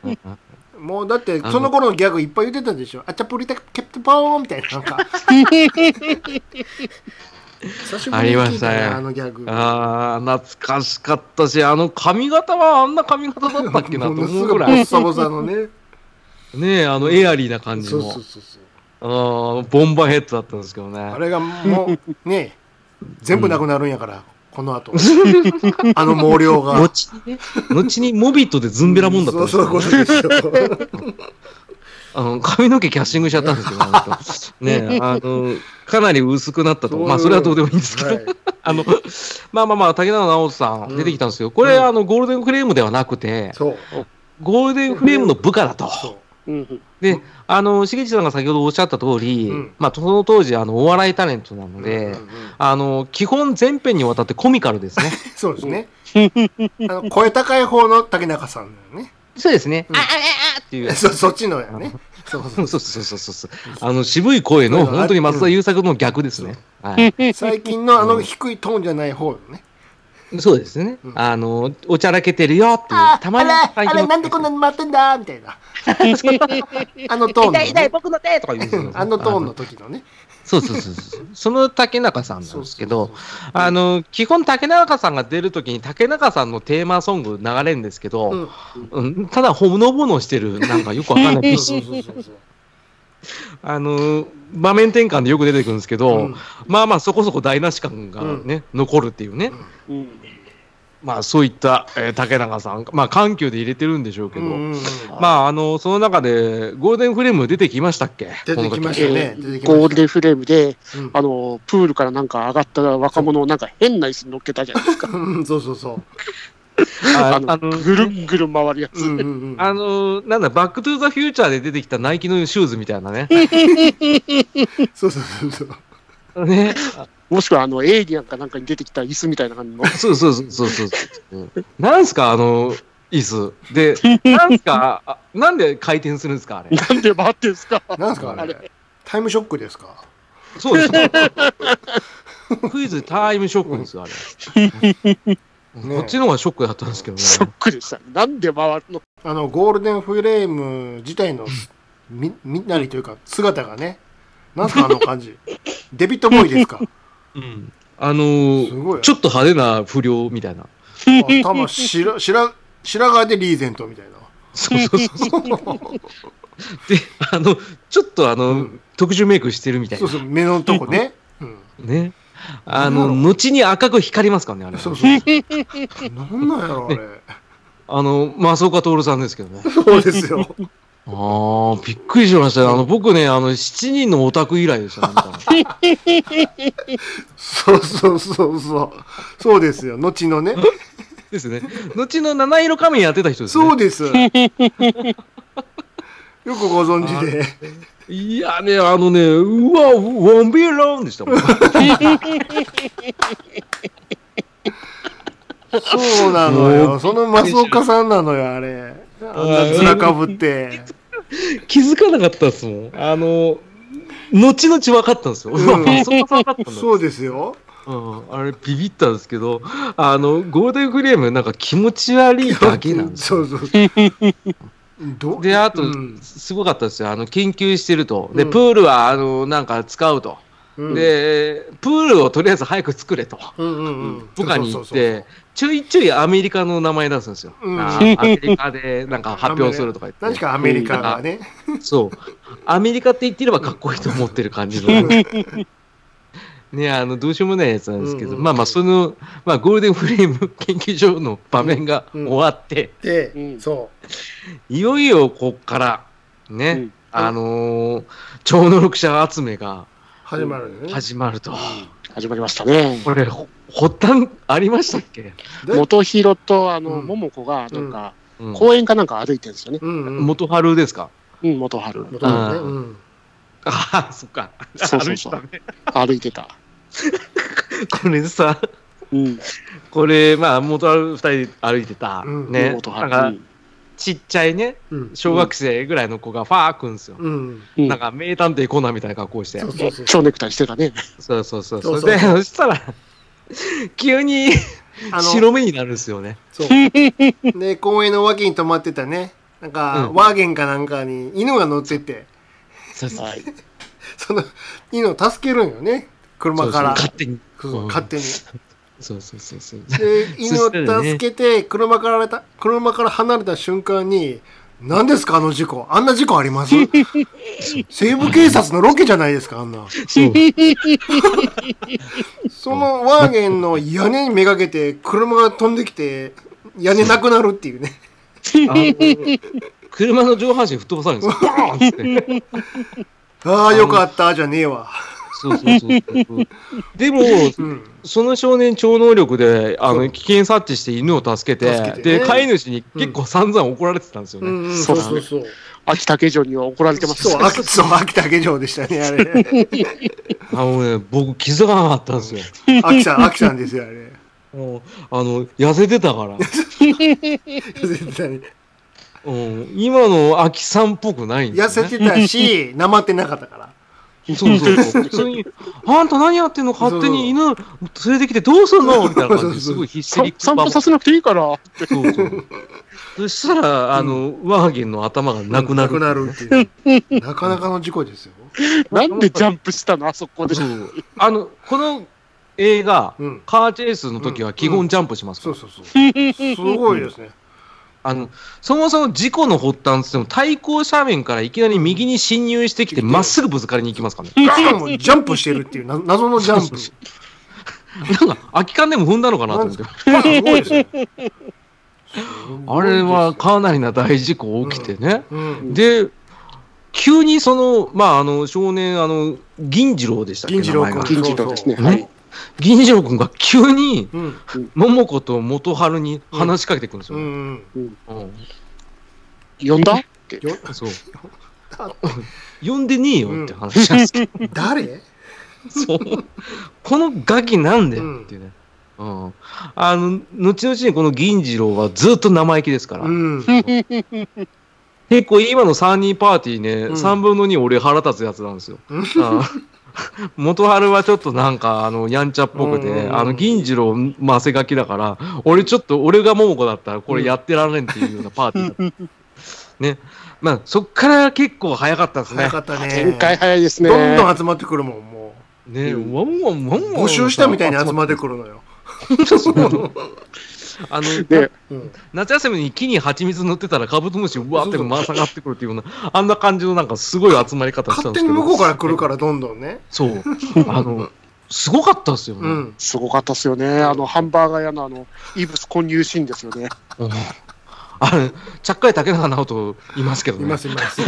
もうだって、その頃のギャグいっぱい言ってたでしょ。あちゃぷりたキャプテンポーンみたいな、なんか。久しぶりに聞いた
ありましたね
な、あのギャグ。
ああ、懐かしかったし、あの髪型はあんな髪型だったっけなと思
ものす
う
ご
ぐ
いボ
らい
ッ。サボサのね。
ねえ、あの、エアリーな感じ
そう
の
そう、そうそう。
あーボンバーヘッドだったんですけどね
あ。れがもう、ね、全部なくなるんやから、こ の後。あの毛量が。
後にね、後にモビットでズンベラもんだったんです
そう
よ
そういうことですよ。
あの髪の毛キャッシングしちゃったんですけど、あの人ねえ、あの、かなり薄くなったと。まあ、それはどうでもいいんですけど。
はい
あの、 まあまあまあ、竹中直人さん出てきたんですけど、これ、あの、ゴールデンフレームではなくて、
そう。
ゴールデンフレームの部下だと。
そう
うん。
で、あの、しげちさんが先ほどおっしゃった通り、
うん
まあ、その当時、あの、お笑いタレントなので、
うんうんうん
あの、基本全編にわたってコミカルです ね。
そうですね。あの声高い方の竹中さんだよね。
そうですね。
うん
あ、あ、あ、あっていう。
そそっちのやね。そうそ
そう
う
そうそうそうそう。あの、渋い声
う
の、
ん
本当に松田優作の逆ですね。 はい。
最近のあの低いトーンじゃない方よね。
そうですね。あの、おちゃらけてるよっていう。たまに
あれ、
最
あ
近の
れ、なんでこんなに回ってんだみたいな。あのトーンの、
痛い痛い
ね。
僕の手 とか言うんですよ
あのトーンの時のね。
そうそうそうそう。その竹中さんなんですけど
そう、
あの、基本竹中さんが出るときに竹中さんのテーマソング流れるんですけ
う
ど、
ん
うんただほのぼのしてる、なんかよくわかん ない。
そうそうそうそう。
あの、場面転換でよく出てくるんですけ
う
ど
ん、
まあまあそこそこ台無し感がね、残るっていうね。
うん。
まあそういったえー竹中さん、まあ緩急で入れてるんでしょうけ
うん
ど、
うんうん
まああの、その中でゴールデンフレーム出てきましたっけ
出てきま
し
したね。出てきま
ゴー
し
ルデンフレームで、
たうん
あの、プールからなんか上がった若者をなんか変な椅子に乗っけたじゃないですか。
うん。そうそうそう。
あ
あ
の
の、ぐるんぐるん回るやつ。
うんうんうん
あのーなんだ、バックトゥーザフューチャーで出てきたナイキのシューズみたいなね。
そうそうそうそう。
ね。
もしくはあの、エイリアンかなんかに出てきた椅子みたいな感じの。
そうそうそうそうそうそう。なんすか、あの椅子。で、なんすか、あなんで回転するんですか、あれ。
なんで回ってんすか
なんですかあ
あ
れ。タイムショックですか
そうですよ。クイズタイムショックですよ、あれ。こっちの方がショックだったんですけどね。
ショックでした。なんで回るの
あの、ゴールデンフレーム自体のみ、みなりというか、姿がね、なんすかあの 感じ。デビットボーイですか
うんあの
すご
ー
い
ちょっと派手な不良みたいな。
頭白、白、白髪でリーゼントみたいな。
そうそうそうそう。で、あの、ちょっとあの、
うん
特殊メイクしてるみたい
そ
な
う。そう、目のとこね。うん。
ね。あ
な
の、
ん
後に赤く光りますからね、あれ。
そうそう。なんなんやろ、あれ。
あの、増岡徹さんですけどね。
そうですよ。
ああ、びっくりしましたね。あの、僕ね、あの、7人のオタク以来で したね。なんか
そうそうそうそう。そうですよ。後のね。
ですね。後の七色仮面やってた人ですね。
そうです。 よくご存知で。
いやね、あのね、うわ、ワンビーローンでしたもん。
そうなの
も
よ。
う
その松岡さんなのよ、あれ。あんな面かぶって。
気づかなかったですもん。あの、後々分かったんですよ。
うん
うわそうか分かったんだ
そうですよ。
うん、あれ、ビビったんですけど、あの、ゴールデンフレーム、なんか気持ち悪いだけなんです
そ
よ。
うそう。ど
で、あと、
うん
すごかったですよ。あの、研究してると。で、
うん
プールは、あの、なんか使うと。
うん
で、プールをとりあえず早く作れと。
うんうんうん。
部下に行っ
そうそうそう
て、ちょいちょいアメリカの名前出すんですよ。
う ん
あーアメリカでなんか発表するとか言
何
って
し。かアメリカがね。
そう。アメリカって言ってればかっこいいと思ってる感じの。ねあの、どうしようもないやつなんですけど、
うんうん
まあまあ、その、まあ、ゴールデンフレーム研究所の場面が
うん
終わって、
で
う、ん
そ
いよいよこっから、ね、
うん
あのー超能力者集めが
う、始まるのね。
始まると。
始まりましたね。
これ、ほ発端ありましたっけ、
だ
元弘と、あの、
うん
桃子が、なんか、
うん、
公園かなんか歩いてるんですよね。
うんうん。
元春ですか
うん、元春。
元々ね。うん
ああ、そっか。
そうそうそう
あれだね
歩いてた。
これさ、
うん、
これ、まあ、元春二人歩いてた、
うん
ね、
元
なん
春。
か、ちっちゃいね、
うん。
小学生ぐらいの子がファーくんですよ。
うん。
うん
なんか名探偵コナンみたいな格好して
そ。うそうそう。
蝶ネクタイしてたね。
そうそうそう。
そうそう
それで、そしたら、急に
あの
白目になるんですよね。
そう。で、公園の脇に止まってたね。なんか、
うん
ワーゲンかなんかに犬が乗ってて、
そうそう
はい。
その犬を助けるんよね。車から。
勝手に。
そうそう
うん
勝 手に。
そうそうそう そう。
で、犬
そしたら
を
ね
助けて、車かられた、車から離れた瞬間に、何ですかあの事故。あんな事故あります 西部警察のロケじゃないですかあんな。
そう
そのワーゲンの屋根にめがけて、車が飛んできて、屋根なくなるっていうね。
あの車の上半身吹っ飛ばされるんですよ。バーンって
ああ、よかった、じゃねえわ。
そうそうそうそう。でも、
うん。
その少年超能力で、あ
そ
の、
う
危険察知して犬を助けて、
助けてね
で、飼い主に結構散々怒られてたんですよ
う
ね。
んうん、
そ
そ
うう
そうそう。
秋竹城には怒られてます。
そう、秋そう秋田家城でしたね、あれ。
あのね、僕気づかなかったんですよ。
秋さん、秋さんですよ、あれ。
もうあの、痩せてたから。
絶対に
うん、今の秋さんっぽくないんで
痩
す
せ
よ、ね。
てたし、なまってなかったから。
そうそうそう。普通に、あんた何やってんの勝手に犬連れてきてどうすんのみたいな感じですごいヒステリック
散歩させなくていいから。
そうそうそしたら、あの、ワーゲンの頭がなくなる。
なくなるって いう。なかなかの事故ですよ。
なんでジャンプしたのあそこで。
そうあの、この映画、
うん。
カーチェイスの時は基本ジャンプしますか
そ
ら、
うそうそう。すごいですね。
あのそもそも事故の発端っつっても対向斜面からいきなり右に侵入してきてまっすぐぶつかりに行きますからね
しかもジャンプしてるっていうな謎のジャンプ。
なんか空き缶でも踏んだのかなと思って
あすごいですね。
あれはかなりな大事故起きてね、
うん。
で急にそのまああの少年あの銀次郎でしたっけ
銀次郎
名前が
銀
君。
次郎ですね
そうそう
はい銀次郎君が急に
うん。
桃子と元春に話しかけてくるんです
う
よ、
ん。
うん
呼んだ
そう呼んでねえよって話なんですけど
誰
そう。このガキなんだよっていうね。うん。あの、後々にこの銀次郎はずっと生意気ですから。
うん。
結構今の3人パーティーね、
うん
3分の2俺腹立つやつなんですよ。
う
うんん元春はちょっとなんか、あの、やんちゃっぽくて、
うんうんうん
あの、銀次郎、まあ、汗ガキだから、俺ちょっと、俺が桃子だったらこれやってられんっていうようなパーティーだった。ね。まあ、そっから結構早かったですね
早か。ったね。
展開早いですね。
どんどん集まってくるもん、も
ね、ワンワンワン
う。
ワン。
募集したみたいに集まってくるのよ。
あの、
で、
うん。
夏休みに木に蜂蜜塗ってたらカブトムシうわーって回さがってくるっていうようなあんな感じのなんかすごい集まり方した
勝
んです
手
け
に
ど
向こうから来るから、どんどんね。
そうあのすごかったですよね、
うん。
すごかったですよね。あの、ハンバーガー屋のあの、イブス混入シーンですよね。
うんあれ、ちゃっかり竹中直人いますけど
い
ね
ま。すいます。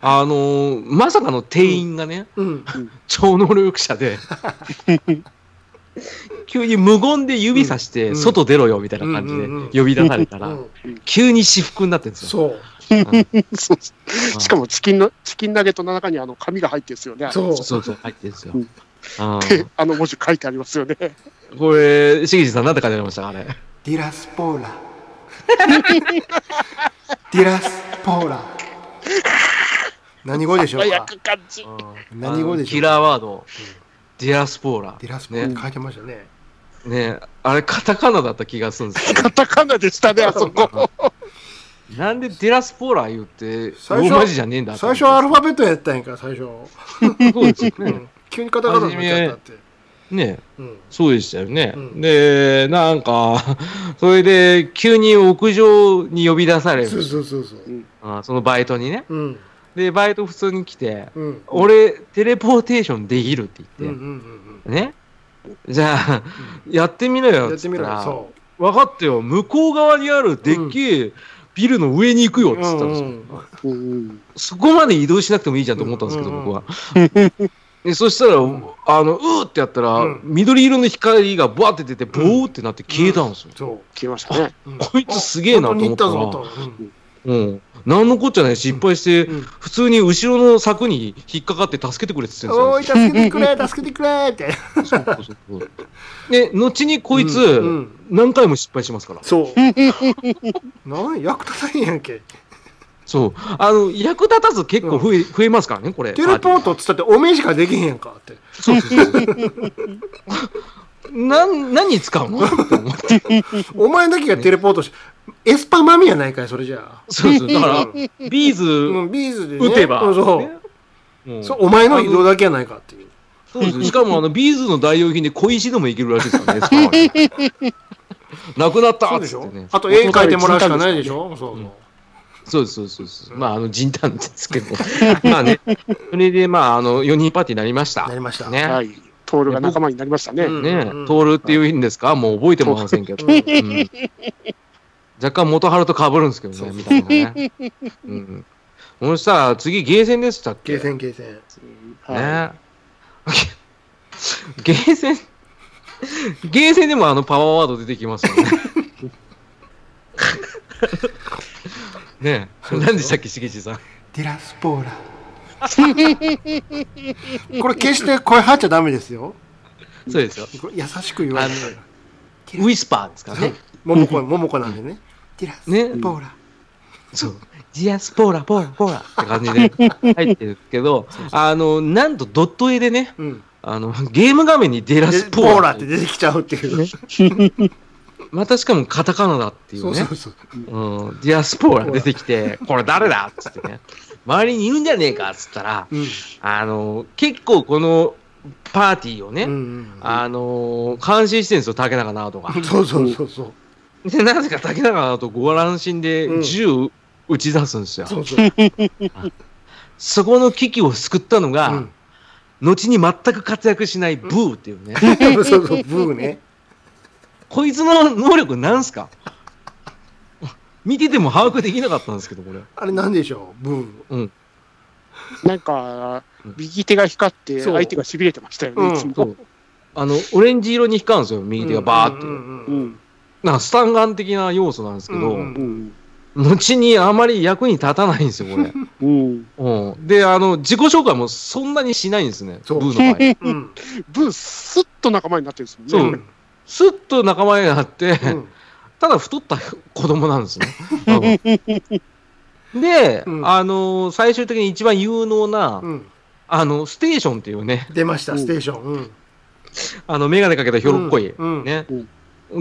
あのーまさかの店員がね、
うん。
超能力者で、急に無言で指さし
う
て、
ん
外出ろよみたいな
うんうんうん
感じで呼び出された
う
ら、
ん、
急に私服になってるんですよ。
そう。
そうそうしかもチキンの、チキンナゲットの中にあの紙が入ってるんですよね。あれ
そう。
そうそう、入ってるんですよ
うん。
あ
って
ー
あの文字書いてありますよね。
これ、しげじさん、なんて書いてありましたあれ。
ディラスポーラ。ディラスポーラ。何語でしょう
早
か
く感じ。
何語でしょう
キラーワード、ディアスポーラ。
ディラスポーラって書いてましたね。
ねあれ、カタカナだった気がするんですけ
カタカナでしたね、あそこ。
ど、なんでディラスポーラ言って、
最
ロ
初
ーマ字じゃねえんだ
最初はア
る
ルファベットやったんやから、最初。
そうですよ
う
ね。
ん急にカタカナになっちゃったって。
ね
うん。
そうでしたよね。
うん
で、なんか、 それで、急に屋上に呼び出され
そう
る。
そうそうそう。
あそのバイトにね。
うん。
で、バイト普通に来て、
うん。
俺、テレポーテーションできるって
うんう
言
ん
って、
うん
ね。じゃあ、やってみろ
うん。
よ
や
っ
って
つっ
み
た
ろよ。
ら、
そ
分かったよ、向こう側にあるでっけえビルの上に行くよっつったんですよ、
うんうん
うん
そこまで移動しなくてもいいじゃんと思ったんですけど、
うんうんうん
僕は。でそしたら、あのうーってやったら、
うん
緑色の光がバーって出て、ボーってなって消えたんですよ。
う。そ
消えましたね。
う。うん
こいつすげえなと思ったら
本当に行ったぞと。うん
うん、なんのこっちゃない、失敗して、
うん
普通に後ろの柵に引っかかって助けてくれって言って
お
たん
い、助けてくれ、助けてくれって。
ですよ。そうそうそうで、後にこいつ、
うんうん
何回も失敗してますから。
そう。なん役立たへんやんけ。
そう。あの、役立たず結構増え,、増えますからね、これ。
テレポートっつったっておめえしかできへんやんかって。
そうそうそう なん何に使うのって思って。
お前だけがテレポートし、エスパーマミやないかい、それじゃあ。
そうそう。だから
う、
ビー
う
ズ
ん、ビーズで、ね。
打てば。
うんそ
ね
う。
うん
そうお前の移動だけやないかっていう。
そうですよしかも、あの、ビーズの代用品で小石でもいけるらしいです からねスパはね、なくなった
そう
っ
で
つ
し
って
ょ
ね。
あと絵描いてもらうしかないでしょそうそう。
そうです、そうですそうです。まあ、あの、人探ですけど。 まあね。それで、まあ、あの、4人パーティーになりました。
なりました
ね。
はい。トールが仲間になりましたね。
うん
ね
うん
トールっていうんですか、もう覚えてもらえませんけど、
うん
うん若干元春と被るんですけど
そう
ね、
そう
みたいなね。うん、そしたら次、ゲーセンでしたっけ
ゲーセン、ゲーセン。
は
ね。 ゲーセン、ゲーセンでもあのパワーワード出てきますよ ね。ねえ、何でしたっけ、しげちさん。
ディラスポ ーラ。これ決して声張っちゃダメですよ。
そうですよ。
これ優しく言われて
あ。ウィスパーですからね。
ももこ、ももこなんでね。ディラス
ね
ポーラ。
そう。ジアスポーラ、ポーラ、ポーラって感じで入ってるけど、あの、なんとドット絵でね、
うん。
あの、ゲーム画面にデラ
で
スポ
ポ
ーラ。
ーラって出てきちゃうっていう。
またしかもカタカナだっていう
そう
ね
そ。うそう。
うん。ディアスポーラ出てきて、これ誰だっつってね。周りにいるんじゃねえかっつったら、
うん。
あの、結構このパーティーをね、
うんうん
あの監視してるんですよ、竹中直人が
う。ん。そうそうそうそう。
で、なぜか竹中直人ご乱心
う
で
ん
銃撃ち出すんですよ。
そうそう。
そこの危機を救ったのが、
うん
後に全く活躍しないブーっていうね、
そうそう、ブーね。
こいつの能力なんすか見てても把握できなかったんですけど、これ。
あれなんでしょう、ブー。
うん。
い。なんか
うん、
右手が光って、
そう
相手が痺れてましたよね、いつ
そ
も
う。あの、オレンジ色に光るんですよ、右手がバーって。
う
ーって。
ん。
なんかスタンガン的な要素なんですけど、
うん
うん。
後にあまり役に立たないんですよ、こ れ。
うん。
うん、で、あの、自己紹介もそんなにしないんですね、ブ
そう
ーの場 合。
うん。
ブー、すっと仲間になってるんです
そ
も
うん
ね。
スッと仲間になって、
うん。
ただ太った子供なんですね。うんで、
うん
あのー最終的に一番有能な、
うん。
あの、ステーションっていうね、
出ました、
うん
ステーション。うん。
あの、メガネかけたひょろっこい、
うんうん
ね、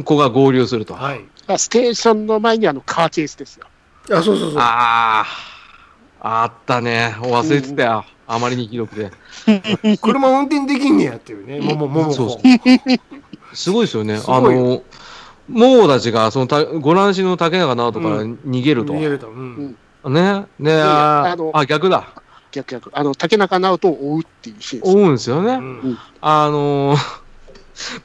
子が合流すると。あ
はい。
あステーションの前にあのカーチェイスですよ。
あ、そうそうそう。
あー、あったね。忘れてたよ。あまりにひどくて。
車運転できんねやっていうね。もも、もも
そうそ
こ
う。すごいですよね。
す
あ
ごいよ
の、モーたちが、そのた、ご乱心の竹中直人から
うん
逃げると。
見えると。うん。
ね、ね、
や
あ
あの
あ、逆だ。
逆逆。あの、竹中直人を追うっていうシーンです。
思うんですよね。
うん
あのー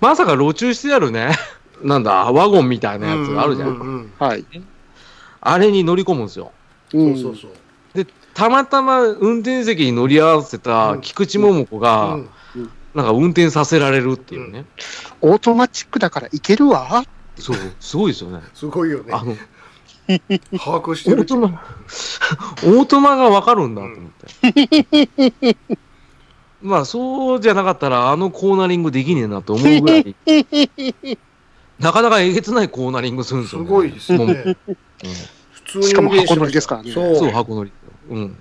まさか路中してやるね。 なんだ、ワゴンみたいなやつあるじゃん。
うんうんうん
はい。
あれに乗り込むんですよ。
う
うん
ん。
そうそうそう。
たまたま運転席に乗り合わせた菊池桃子が、
うん
なんか運転させられるっていうね。
オートマチックだからいけるわ。
そう、すごいですよね。
すごいよね。
あ
把
の、
握し
オー
てる。
トマ、 オートマがわかるんだと思って。 まあ、そうじゃなかったら、あのコーナリングできねえなと思うぐら い。なかなかえげつないコーナリングするんです
す
よ、ね。
ごいです
もう
ね。普通に
しかも箱乗り
運転
ですか
ま
らね
しよ
そう、
そう。
箱乗り。うん。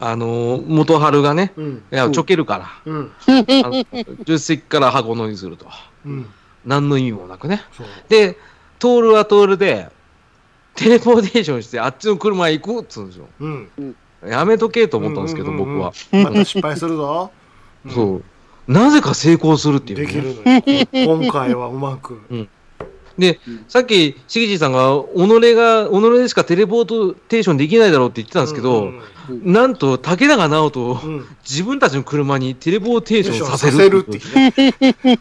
あのー、元春がね、
うん。
いや、ちょけるから、
うん。
あの助手席から箱乗りすると。
うん。
何の意味もなくね。
そう。
で、トールはトールで、テレポーテーションして、あっちの車へ行くっつうんですよ。
うん。
やめとけと思ったんですけど、
うんうんうん
僕は。
また失敗するぞ。ん
そう。なぜか成功するっていう、ね。
できるのよ。今回はうまく。
で、さっき、しぎじいさんが、己が、己しかテレポートテーションできないだろうって言ってたんですけど、
うん
なんと、竹中直人を
うん。うん
自分たちの車にテレポーテーションさせ
さ
る
せるっていうね。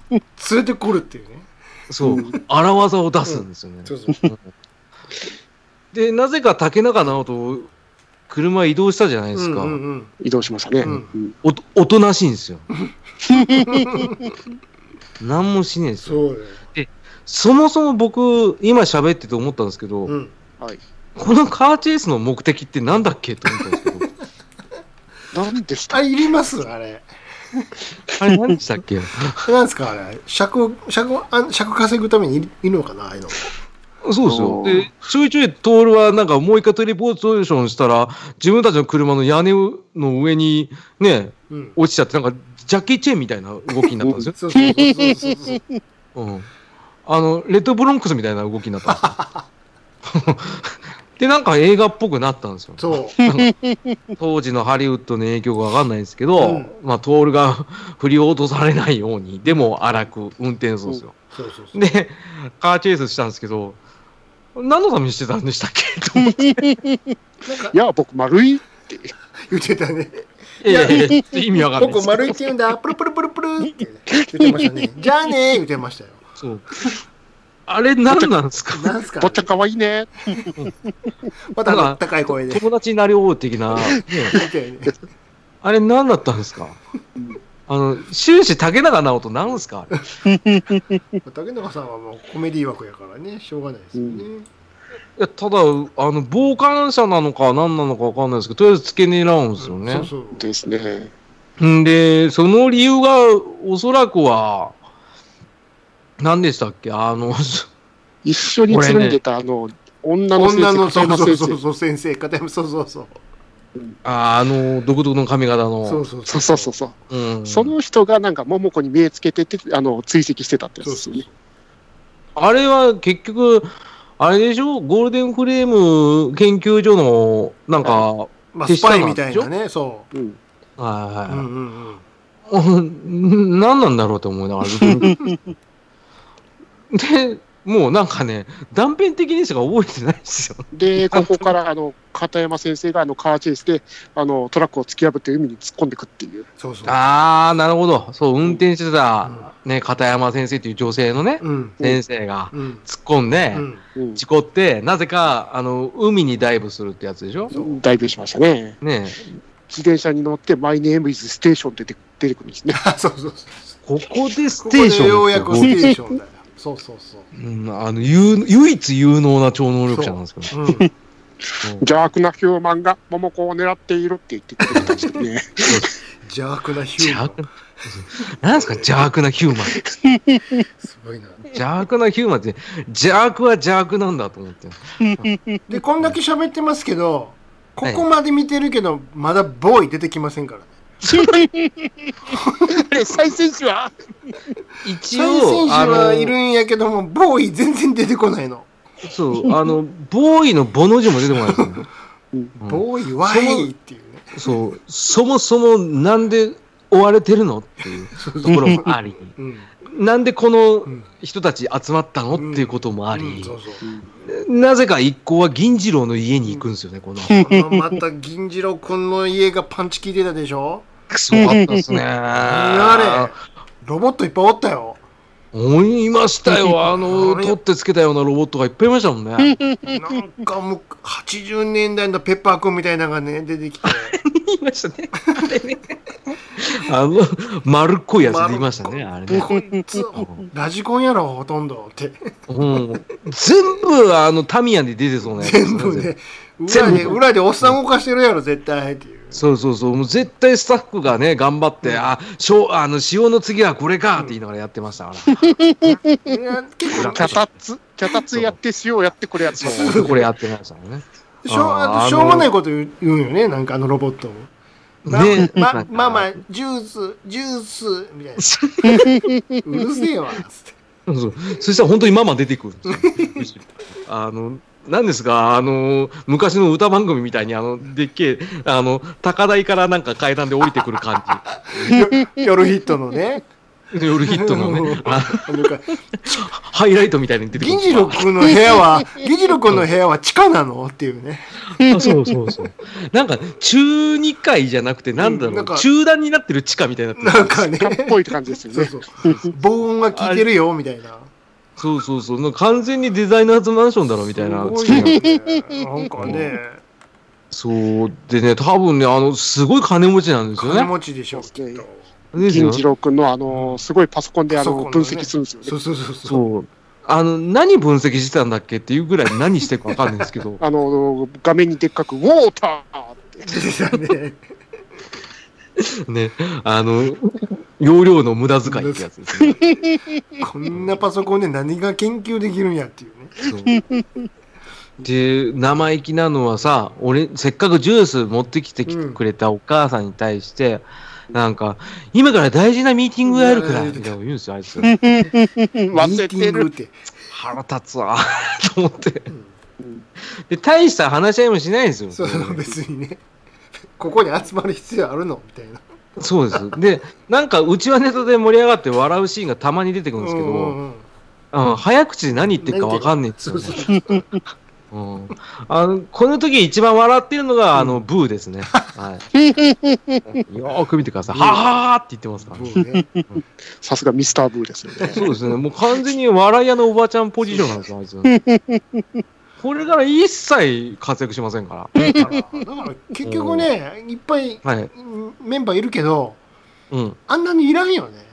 連れてくるっていうね。
そう、荒技を出すんですよね。
そうそう。
で、なぜか竹中直人、車移動したじゃないですか。
う んうん
移動しましたね。
うん
うん
おとおとなしいんですよ。何もしねえんですよ。
そうだよ。
そもそも僕、今喋ってて思ったんですけど、
うん。
はい。
このカーチェイスの目的ってなんだっけって思ったんですけ ど、
何でした
あ、いりますあれ。
あれ何でしたっけ
なんですかあれ。尺を、尺を、あ尺稼ぐためにいるいるのかなああいうの。
そうです
お
よ。
ー
で、ちょいちょいトールはなんかもう一回テレポートーションしたら、自分たちの車の屋根の上にね、
うん。
落ちちゃって、なんかジャッキー・チェンみたいな動きになったんですよ。
そうそうそうそうそうそ う。
うん、あの、レッドブロンクスみたいな動きになったんですよ。 で、なんか映画っぽくなったんですよ。
そう。
当時のハリウッドの影響がわかんないですけど、
うん
まあ、トールが振り落とされないように、でも荒く運転するんですよ。
そうそうそう。
で、カーチェイスしたんですけど、何のためにしてたんでしたっけ と思って。
いや、僕、丸い。
言ってたね。
いやいやいや意味わかんないで
僕
す。
丸いって言うんだ。プルプルプルプルって言ってま したね。じゃあねー言ってましたよ。
そうあれ何なんですか
なんすか
坊ちゃんかわいいね。
またあの高い声で。
友達になりおう的な、ね
みたいなね
あれ何だったんですかあの、終始竹中直人何ですかあれ
竹中さんはもうコメディ枠やからね、しょうがないですよね。
いやただ、あの、傍観者なのか何なのかわかんないですけど、とりあえず付け狙うんですよね。
そうそう。
ですね。
んで、その理由が、おそらくは、何でしたっけ あの、そ
一緒に連れてた、あの、女の先
女の
生、
そう
片
そ
山
うそう
先
そう先生片山そうそうそう
ああの、独特の髪型の。
そうそう
生。そうそうそうそう。
うん、
その人がなんか、桃子に目つけてて、あの、追跡してたってやつですよね。
あれは結局、あれでしょゴールデンフレーム研究所の、なんか、は
まあスパイみたいなねそ
うん。
いは
う
い
うんうんうん
うん何なんだろうと思いながらずっと見て。で、もうなんかね、断片的にしか覚えてないんですよ。
で、ここから、あの、片山先生が、あの、カーチェイスで、あの、トラックを突き破って海に突っ込んでくっていう。
そうそう
あー、なるほど。そう、運転してた、ね、片山先生という女性のね、
うん
先生が
うん
突っ込んで
う、ん
うん。
事故って、なぜか、あの、海にダイブするってやつでしょ
代弁しましたね。
ね
自転車に乗って、マイネームイズステーションって出て出てくるんですね。
あそうそうそ
こ
う
こでス
ここ
テーションですよ。
でようやくステーションだよそうそうそう
うん、あの、有唯一有能な超能力者なんですけど。
うん
邪悪なヒューマンが桃子を狙っているって言ってくれたんですけど ね。
邪悪なヒュ
邪
ーマン
悪な、なんですか邪悪なヒューマン。
すごいな
邪悪なヒューマンって、邪悪は邪悪なんだと思って。
でこんだけ喋ってますけどここまで見てるけどまだボーイ出てきませんからね
あれ、最先手は
一
最
応、
先
あ
手
の
はい、るんやけどもボーイ全然出てこないの
そう、あの、ボーイのボの字も出てこないですよね。うん
ボーイワイっていうね
そう、そもそもなんで追われてるのっていうところもあ り、
うん
なんでこの
ん
人たち集まったのっていうこともあ
うん
り
そ、うそう
なぜか一行は銀次郎の家に行くんですよね、この。
このまた銀次郎君の家がパンチ効いてたでしょ
クソあったっすね。
あれロボットいっぱいおったよ
いましたよ、あの、
あれ
取ってつけたようなロボットがいっぱいいましたもんね。
なんかもう80年代のペッパーくんみたいなのがね出てきて
いましたね。あれね。 あの、丸っこ いやつでいましたね、あれね。
こいつラジコンやろほとんどって
うん、全部、あの、タミヤで出て そうなやつです
全
ね。
部ね裏
全部
で裏でおっさん動かしてるやろ絶対っていう
そうそうそう、もう絶対スタッフがね、頑張って、あ、しょう、あの、塩の次はこれかって言いながらやってましたから。
いや 結構
キャタツ、キャタツやって、塩やって、これやって。
すぐこれやってましたもんね。
しょう
あー
あとしょうもないこと言う言うんよねなんかあのロボットも。ま
ね
ま、ママ、ジュース、ジュース、みたい な。うるせえわ、つって。
そうそうそしたら本当にママ出てくるんですよ あの、なんですか、あの、昔の歌番組みたいに、あの、でっけえ、あの、高台からなんか階段で降りてくる感
夜ヒットのね。
じ。夜ヒットの ね、あ
なんか
ハイライトみたいに出てくる。
銀次郎君の部 屋は、銀次郎君の部屋は地下なのっていうね。
あそうそうそう。なんか、中2階じゃなくて、なんだろう、
うんなんか
中段になってる地下みたいになってる
なんかね。
っぽいって感じですよ
そう
ね。
そう。防音が効いてるよ、みたいな。
そうそうそう。なんか完全にデザイナーズマンションだろみたいな。
すごいよね。なんかね、
そう。でね、多分ね、あの、すごい金持ちなんですよ
金
ね。
持ちでしょ、きっと。
ですよ
銀次郎君の、あの、すごいパソコンで、あの、分析するんですよね。
そ。うそうそうそう。
そう。あの、何分析してたんだっけっていうぐらい何してるかわかんないんですけど
あの、画面にでっかく、ウォーターって。
出てたね。
ね。あの、容量の無駄遣いってやつですね。
こんなパソコンで何が研究できるんやっていうね。
そうで、生意気なのはさ、俺、せっかくジュース持ってきてき
うん
くれたお母さんに対して、なんか、今から大事なミーティングがあるから、みたいなこと言うんですよ、あいつ。
忘れ
ミーティ
て
ングっ
る。
て。
腹立つわと思ってで大した話し合いもしないんですよ
そうそう別にねここに集まる必要あるのみたいな
そうですでなんかうちはネタで盛り上がって笑うシーンがたまに出てくるんですけど、
うんうんうん
うん早口で何言ってるかわかんないんです
そ
よ、
う
ね
そうそう
うん、あのこの時一番笑ってるのが、あのブーですね、はい、 よーく見てください「はーはーって言ってますから、ね、
ね
さすがミスターブーですよね。
そうですねもう完全に笑い屋のおばちゃんポジションなんですよあいつこれから一切活躍しませんか
だから結局ねいっぱい
らはい
メンバーいるけど
うん
あんなにいらんよね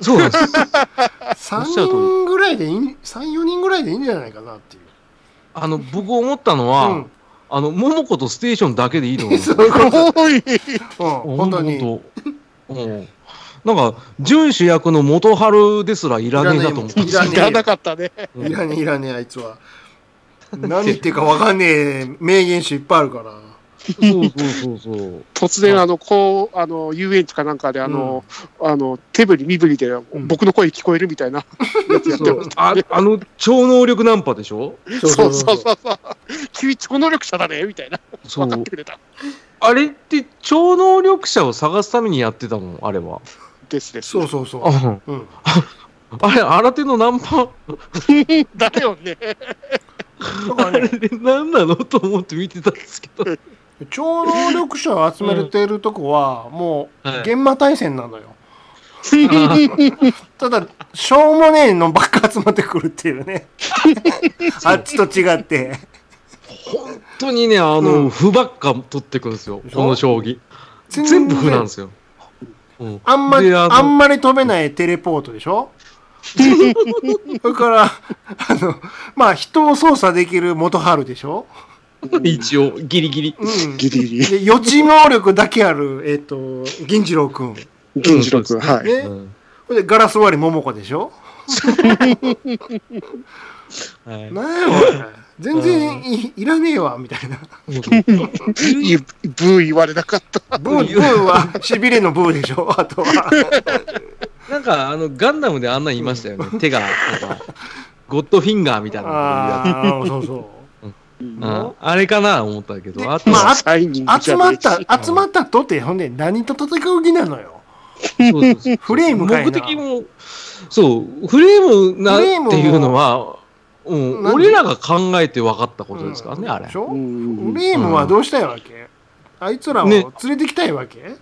そうなんです
3
っしゃる通り
人ぐらいでいい34人ぐらいでいいんじゃないかなっていう
あの、僕思ったのは、
うん
あの、桃子とステーションだけでいいと思う。
そういうこと
おい
うん本当に
本当うん。なんか、準主役の元春ですらいらねえなと思った。
いらね
知らなかったね。
うん
いらねえいらねえあいつは何言ってるかわかんねえ名言集いっぱいあるから
そうそうそうそう。
突然、あの、こう、あの、遊園地かなんかで、あの、あの、手振り身振りで、僕の声聞こえるみたいな やつやって
そ
ま
う
した。
ああの、超能力ナンパでしょ
そうそうそうそう。君、超能力者だねみたいな。
そ
分か
う
っ。てくれた。
あれって、超能力者を探すためにやってたのあれは。
ですです。
そうそうそう
あ
うん
あれ、新手のナンパ、
だよね。
だから
あ
ね
れで何なのと思って見てたんですけど。
超能力者を集めれてるとこはもう
はい
現場対戦なのよ、ただしょうもねえのばっか集まってくるってい うねあっちと違って
本当にね、あの、
うん
歩ばっか取ってくんですよ、
でしょ
この将棋。全部不なんですよ。うん
あんまり
で
あ
あの
んまり飛べないテレポートでしょそれからあのまあ人を操作できる元春でしょ、
一応、ギリギリ。
う ん、
ギリギリ。
で予知能力だけある、えっと銀次郎君、ね
銀次郎君、は
ほ
い。
うん
んでガラス割り桃子でしょ
はい
なんやこれ全然いいらねえわみたいな
いいブー言われなかった。
ブーブーはしびれのブーでしょあとは
なんか、あの、ガンダムであんなんいましたよね。手が、なんか、ゴッドフィンガーみたいなのがいるや
ああそうそう
つうんあれかな思ったけ
で
ど、あと、
まあ
サイニングじ
集
ゃ
ま
ね
っ
えし。
た集まったとってほんで何と戦う気なのよ
そうそうそう
フレームかいな
目的も、そう、フレームな
フレーム
ん
を
ていうのは、うん、
なんで
俺らが考えて分かったことですからね、あれ
でし。ょ
う
フ
ん
レームはどうしたいわけあいつらを
ね
連れてきたいわけ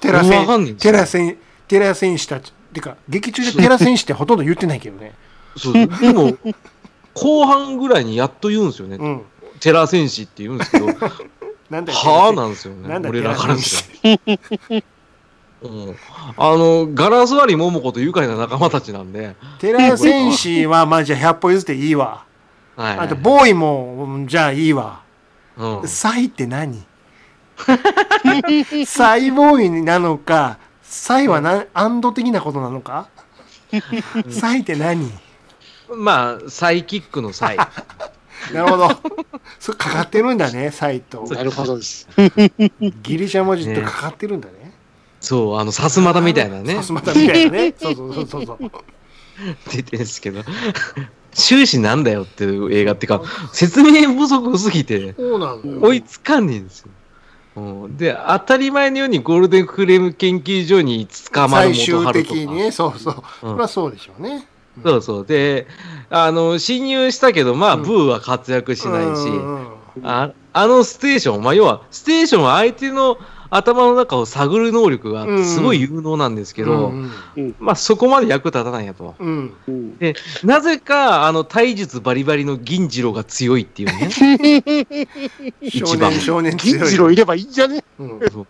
テラ
わかんない
戦
ですよ
テラ戦テラ戦士たちてか、劇中でテラ選手ってほとんど言ってないけ どね。
そうでも、後半ぐらいにやっと言うんですよね。
うん。
テラ戦士って言うんです けど、
なんだよ
はあなんですよね。
なんだ
俺らからしたら。うん、あの、ガラス割り桃子と愉快な仲間たちなんで、
テラ戦士は、まあじゃあ100歩譲っていいわ。
はい、
あと、ボーイも、うんじゃあいいわ。
うん、
サイっ て何サイボーイなのか、サイはな、アンド的なことな のかサイって何
まあ、サイキックの サイ。
なるほど。それかかってるんだね、サイと。
なるほどです。
ギリシャ文字とかかってるんだね。
そう、あの、さすまたみたいなね
さ、すまたみたいなね。そうそうそうそうそう。
出てるんですけど、 終始なんだよっていう映画ってか、説明不足すぎて、
そうなのよ。
追いつかんねえんですよ。うん、で、当たり前のようにゴールデンクレーム研究所に捕まる元
最終
春
的
と
に
か。
ね、そうそう。
うん
そりゃそうでしょうね。
そうそう。で、あの、侵入したけど、まあ、ブーは活躍しないし、
うんうんうん
ああのステーション、まあ、要は、ステーションは相手の頭の中を探る能力があっ
う
て、
ん
すごい有能なんですけど、
うん
まあ、そこまで役立たないやと。
うんうん。
うん
で、なぜか、あの、体術バリバリの銀次郎が強いっていう ね。
少
番
年少年
銀
強い。
次郎いればいいんじゃね
うん
そう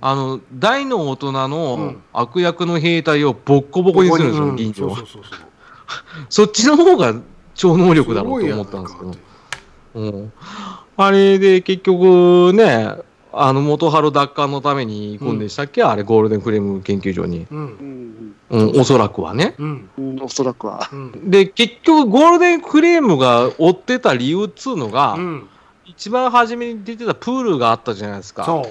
あの、大の大人
う
の
ん
悪役の兵隊をボッコボコにするんですよ、銀次郎
う
は
ん。そうそうそうそう
そっちの方が超能力だろ
ご
う
い
と
や
思
な
ったんですけど
か。
うん、あれで結局ね、あの元春奪還のために行くんでしたっけ、あれ、ゴールデンクレーム研究所に、
う
うんん、
うん、おそらくはね。
うん
うんおそらくは。
うん
で、結局、ゴールデンクレームが追ってた理由っつうのが、
うん
一番初めに出てたプールがあったじゃないですか。
そ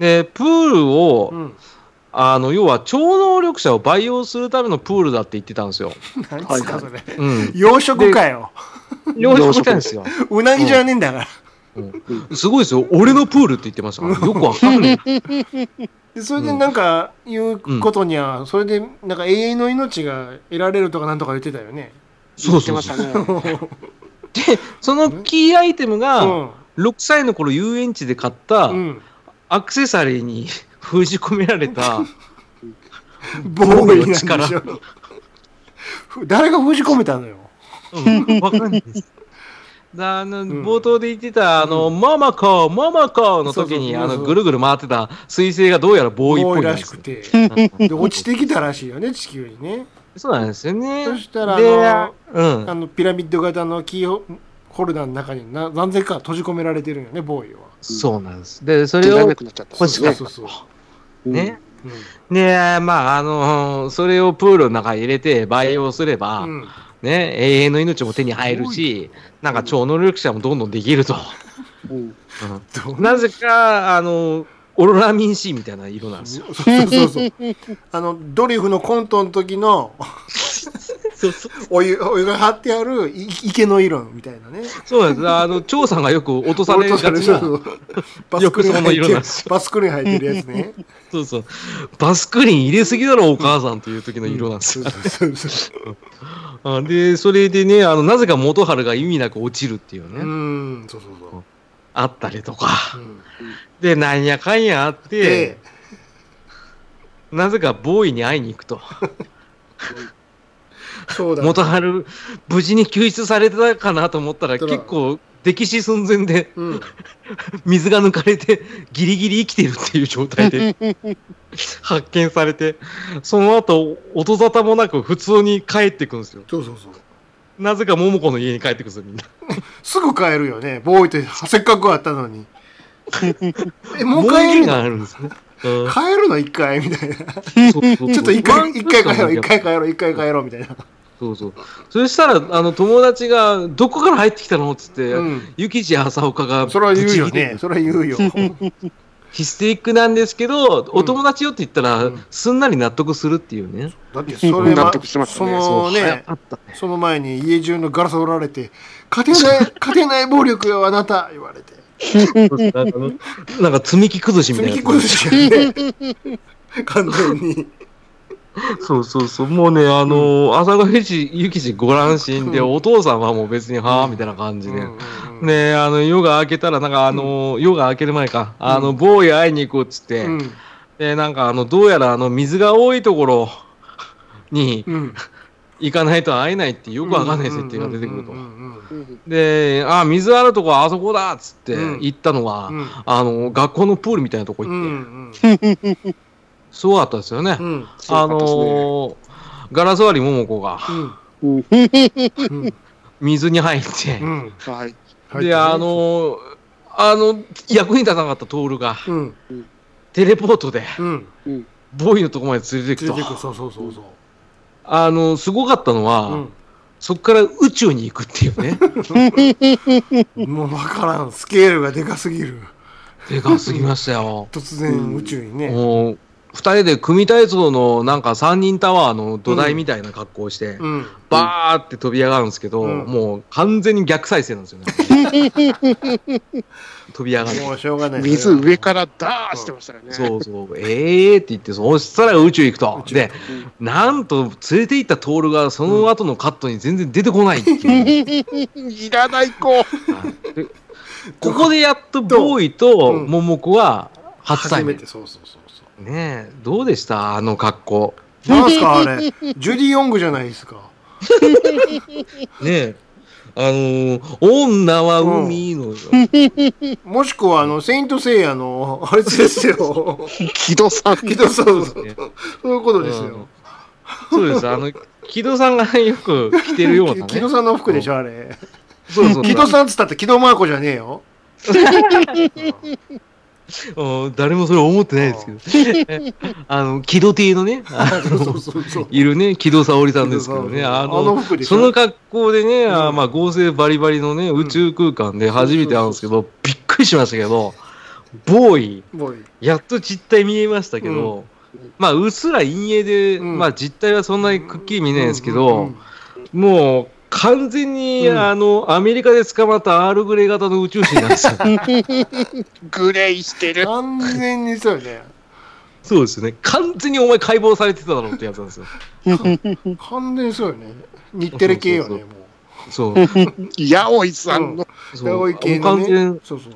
で、プールを、
ううん
あの要は超能力者を培養するためのプールだって言ってたんですよ。
何ですかそれ
うん、
養殖かよ
養殖なんですよ。
うなぎじゃねえんだから
すごいですよ。俺のプールって言ってましたから、よくわか んない。
でそれでなんか言うことにはそれでなんか永遠の命が得られるとかなんとか言ってたよね
そう
言
そ
っ
う
て
そう
ま。したね。
そのキーアイテム
う
が、
ん
6歳の頃遊園地で買った
うん
アクセサリーに 封じ込められた、
防衛なんでしょ誰が封じ込めたのよ
うん、わかんないです。だあの
ん
冒頭で言ってた、あの、ママコ、ママコの時に、
そうそうそう
あ
そう
の、ぐるぐる回ってた彗星がどうやらボーイっぽい
ら
らし
し
く
く
て。
てで落ちてきたらしいよね地球にね
そうなんですよね。
そしたら
で
あの
うん
あ。のピラミッド型のキーホルダーの中にな何千か閉じ込められてるよねボーイは
そうなんです。で、そ
出
れ
られ
を
な、くなっちゃった。
欲しかった
そうそう
うん
ね。。
うん
ねまあ、あのそれをプールの中に入れて培養すれば、
うん
ね、永遠の命も手に入るし、なんか超能力者もどんどんできると。
うん
どう
なぜか、あのオロラミン C みたいな色なんですよ。
そうそうそうそう。あの、ドリフのコントの時の、
そうそう
お湯、お湯が張ってあるい池の色みたいなね。
そうなんです。あの、張さんがよく落とされがちな、
そう
そ
そううバスクリーン入
よくその色
って
なんで
る
す、
バスクリーン入ってるやつね。
そう。バスクリーン入れすぎだろ、お母さんという時の色なんです
そう
よ。
そうそう。
あで、それでね、あの、なぜか元春が意味なく落ちるっていうね、
うん、そうそうそ
あったりとか。
う。うん
で、なんやかんやあって
で、、
なぜかボーイに会いに行くと。
そうだ。
元春、無事に救出されてたかなと思ったら、
ただ
結構、溺死寸前で
うん、
水が抜かれて、ギリギリ生きてるっていう状態で 発見されて、その後、音沙汰もなく普通に帰ってくんですよ。
そうそうそう。
なぜか桃子の家に帰ってくんですよ、みんな。
すぐ帰るよね。ボーイってせっかくあったの に。え、もう
門
帰
限が
るの
あるん ですね。うん
帰るの一回みたいな。ちょっと一回、一回帰ろう、一。回帰ろう、一回帰ろうみたいな。
そうそうそうそう。そしたら、あの、友達が、どこから入ってきたのっつって、
うん。
ゆきじ朝岡が、
それは言うよね。。それは 言うよ。
ヒステリックなんですけど、お友達よって言ったら、
うん
すんなり納得するっていうね。
だってそれ
納
は
得してました
そ
ね
のね、その前に家中のガラス折られて、勝てない、勝てない暴力よ、あなた言われて。
なんかなんか積み木崩しみ
積
た
み
い
木
な
崩。しやね。 完全に。
そうそうそう。もうね、あのー、朝霞ゆきゆきじご乱心で、
うん
お父さんはもう別に、はあ、みたいな感じで。
うん
ねあの、夜が明けたら、なんかあのー、夜が明ける前か、あの、ボーイ会いに行こうっつって、
うん
で、なんかあの、どうやらあの、水が多いところ、に
うん。
行かないと会えないってよくわかんない設定が出てくると
うん。うん
うん
で、あ、水あるとこあそこだっつって
うん
行ったのは、
うん
あの、学校のプールみたいなとこ
うんう
行って、
ん。
すごかったですよね。
うん。
あのーガラス割り桃子が
うん
うん。
水に入って
う、ん。
はい。
で、あ、のーあの、役に立たなかったトールが、
うん。
テレポートで、
うん。
ボーイのとこまで連れて
出
く
てくる。
と。
そうそうそうそう。
あの、すごかったのは、
う
そこから宇宙に行くって いうね。
ん、もう分からんスケールがでかすぎる
でかすぎましたよ。
突然宇宙にね、
もう、二人で組体操のなんか三人タワーの土台みたいな格好をして、
うん
バーって飛び上がるんですけど、
うん
もう完全に逆再生なん ですよね。飛び上がる。
もうしょうがない
水上からダーしてましたよね。
そうそう、えーって言って、そしたら宇宙行くと。
宙行
で
く、
なんと連れて行ったトールがその後のカットに全然出てこないっていう。
いらない子。
でここでやっとボーイと桃子は初
初
対
め
面
て。そうそうそうそう
ねえ、どうでしたあの格好。
なんすかあれジュディ・ヨングじゃないですか
ねえ。あのー女は海の、
もしくはあのセイント・セイヤのあれですよ
木戸さん。
木戸さんそうそう
ね
いうことですよ、
そうです。あの、木戸さんがよく着てるようなね。
き木戸さんの服でしょあれ
そうそう。
木戸さんっつったって木戸真亜子じゃねえよ
うん誰もそれ思ってないです けど。あの、木戸亭のね、あ
そうそうそうそう
いるね、木戸沙織さんですけどね。
木戸沙
あ
織あの
の
服で、しょ
その格好でね、あ
うん
まあ合成バリバリのね、宇宙空間で初めて会うんですけど、びっくりしましたけど、ボーイ、
ボーイ
やっと実態見えましたけど、まあ、うっすら陰影で、
うん
まあ、実態はそんなにくっきり見えないですけど、
うん
もう、完全に、
うん
あの、アメリカで捕まったアールグレイ型の宇宙人なんですよ。
グレイしてる。
完全にそうよね
そうですよね。完全にお前解剖されてただろうってやつなんですよ。
完全にそうよね日テレ系よねもう
そう。
ヤオイさんの。
そう
青い系の
完
ね
全、
そうそう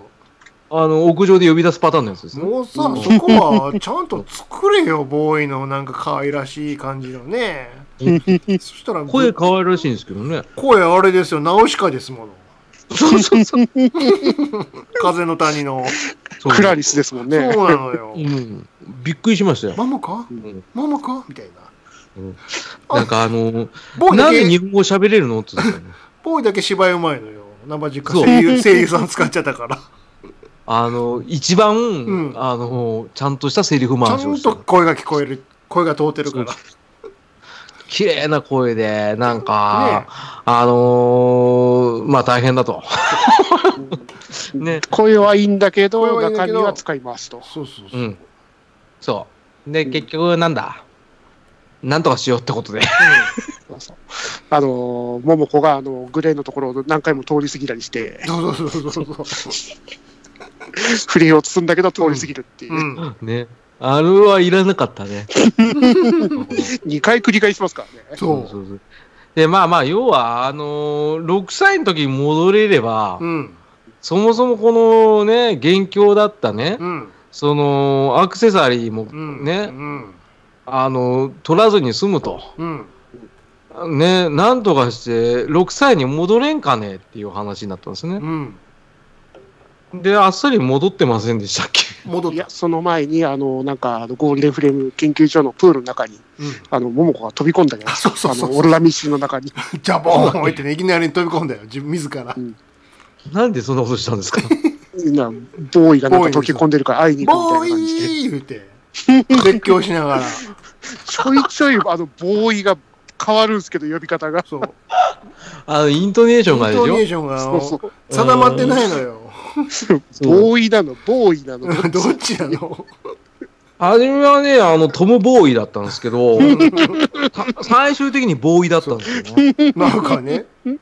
あの、屋上で呼び出すパターンのやつですね。
もうさ、
うん
そこはちゃんと作れよボーイのなんか可愛らしい感じの ねそしたら
声可愛らしいんですけどね。
声あれですよナウシカですもの
そうそうそう。
風の谷の
クラリスですもん
そう
ね。
なのよ
うん。びっくりしましたよ。
ママか
ん
ママかみたいな
なんかあの、
ボーイだ
なぜ日
け
本語喋れるのって言ってたの
ボーイだけ芝居うまいのよ生実家
そう
声優声優さん使っちゃったから
あの、一番、
ん
あの、ちゃんとしたセリフ
ちゃ
回しを
ん
して
と
る。
声が聞こえる声が通ってるから
綺麗な声で、なんか、
ね
あのーまあ大変だと。ね。。
声はいいんだけ
声
ど、
はいいんだ
中
け
身
ど
は使いますと。
そうそうそううん
そう。で、結局、なんだなんとかしようってことで。
そうそうあのー、桃子があのグレーのところを何回も通り過ぎたりして、
そうそうそうそうそ
触れようとするんだけど通り過ぎるっていう
う
う。
ん
ね。あれはいらなかった ね。
2回繰り返しますからね。
そ
そうそうで、まあまあ、要は、あのー、6歳の時に戻れれば、
ううん
そもそもこのね、元凶だったね、
うん
その、アクセサリーも
うん
ね、
うん
あの、取らずに済むと。
うん
ね、なんとかして、6歳に戻れんかねっていう話になったんですね。
うん
で、あっさり戻ってませんでしたっけ
戻っ
い
た
や、その前に、あの、なんか、あのゴールデンフレーム研究所のプールの中に、
う
あの、桃子が飛び込んだじゃないです
あそう
か。
そうそうそう
の、オルラミシンの中に。
ん、ジャボーン置いてね、いきなり飛び込んだよ、自自ら。
なんでそんなことしたんですか
なボーイがなんか溶け込んでるから会いに行くみ
ボ
たいな感じで。
ーイ言うて、絶叫しながら、
ちょいちょい、あの、ボーイが変わるんですけど、呼び方が。
そう、
あの、イントネーシ
イ
ョン
ン
がでし
トネー
ょ
ションがあ
そうそ
の
う。
定まってないのよ。
そう
ボーイなの、ボーイなの。
どっちなの
初めはね、あの、トム・ボーイだったんですけ ど、た最終的にボーイだったんですよね。
なんかね、
うん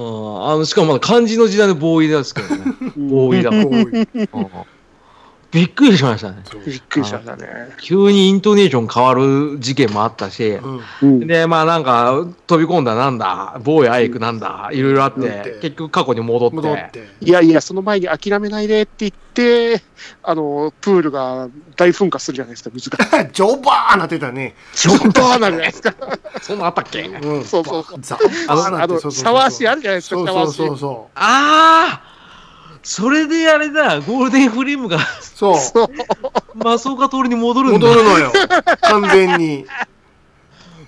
あのしかもまだ漢字の時代のボーイですけどね。ボーイだ。
ボーイ
うんびっくりしましたね。
びっくりしましたね。
急にイントネーション変わる事件もあったし、
うん
うん
で、まあなんか、飛び込んだなんだ、ボーイアイクなんだ、いろいろあって、
うん
結局過去に戻って、
戻って。
いやいや、その前に諦めないでって言って、あの、プールが大噴火するじゃないですか、水が。
ジョバーなってたね。
ちょっとなんじゃないですか。
そんなんあったっけ
うん
そうそうそう。
ザッパーな
あ
って
の、
そうそうそう
シャワー足あるじゃないですか、シ
そ
ャ
う
ワー
そう
足。
そうそ
ああそれであれだ、ゴールデンフレームが
う。そう。
マスオカ通りに戻るんだ
戻。るのよ。完全に。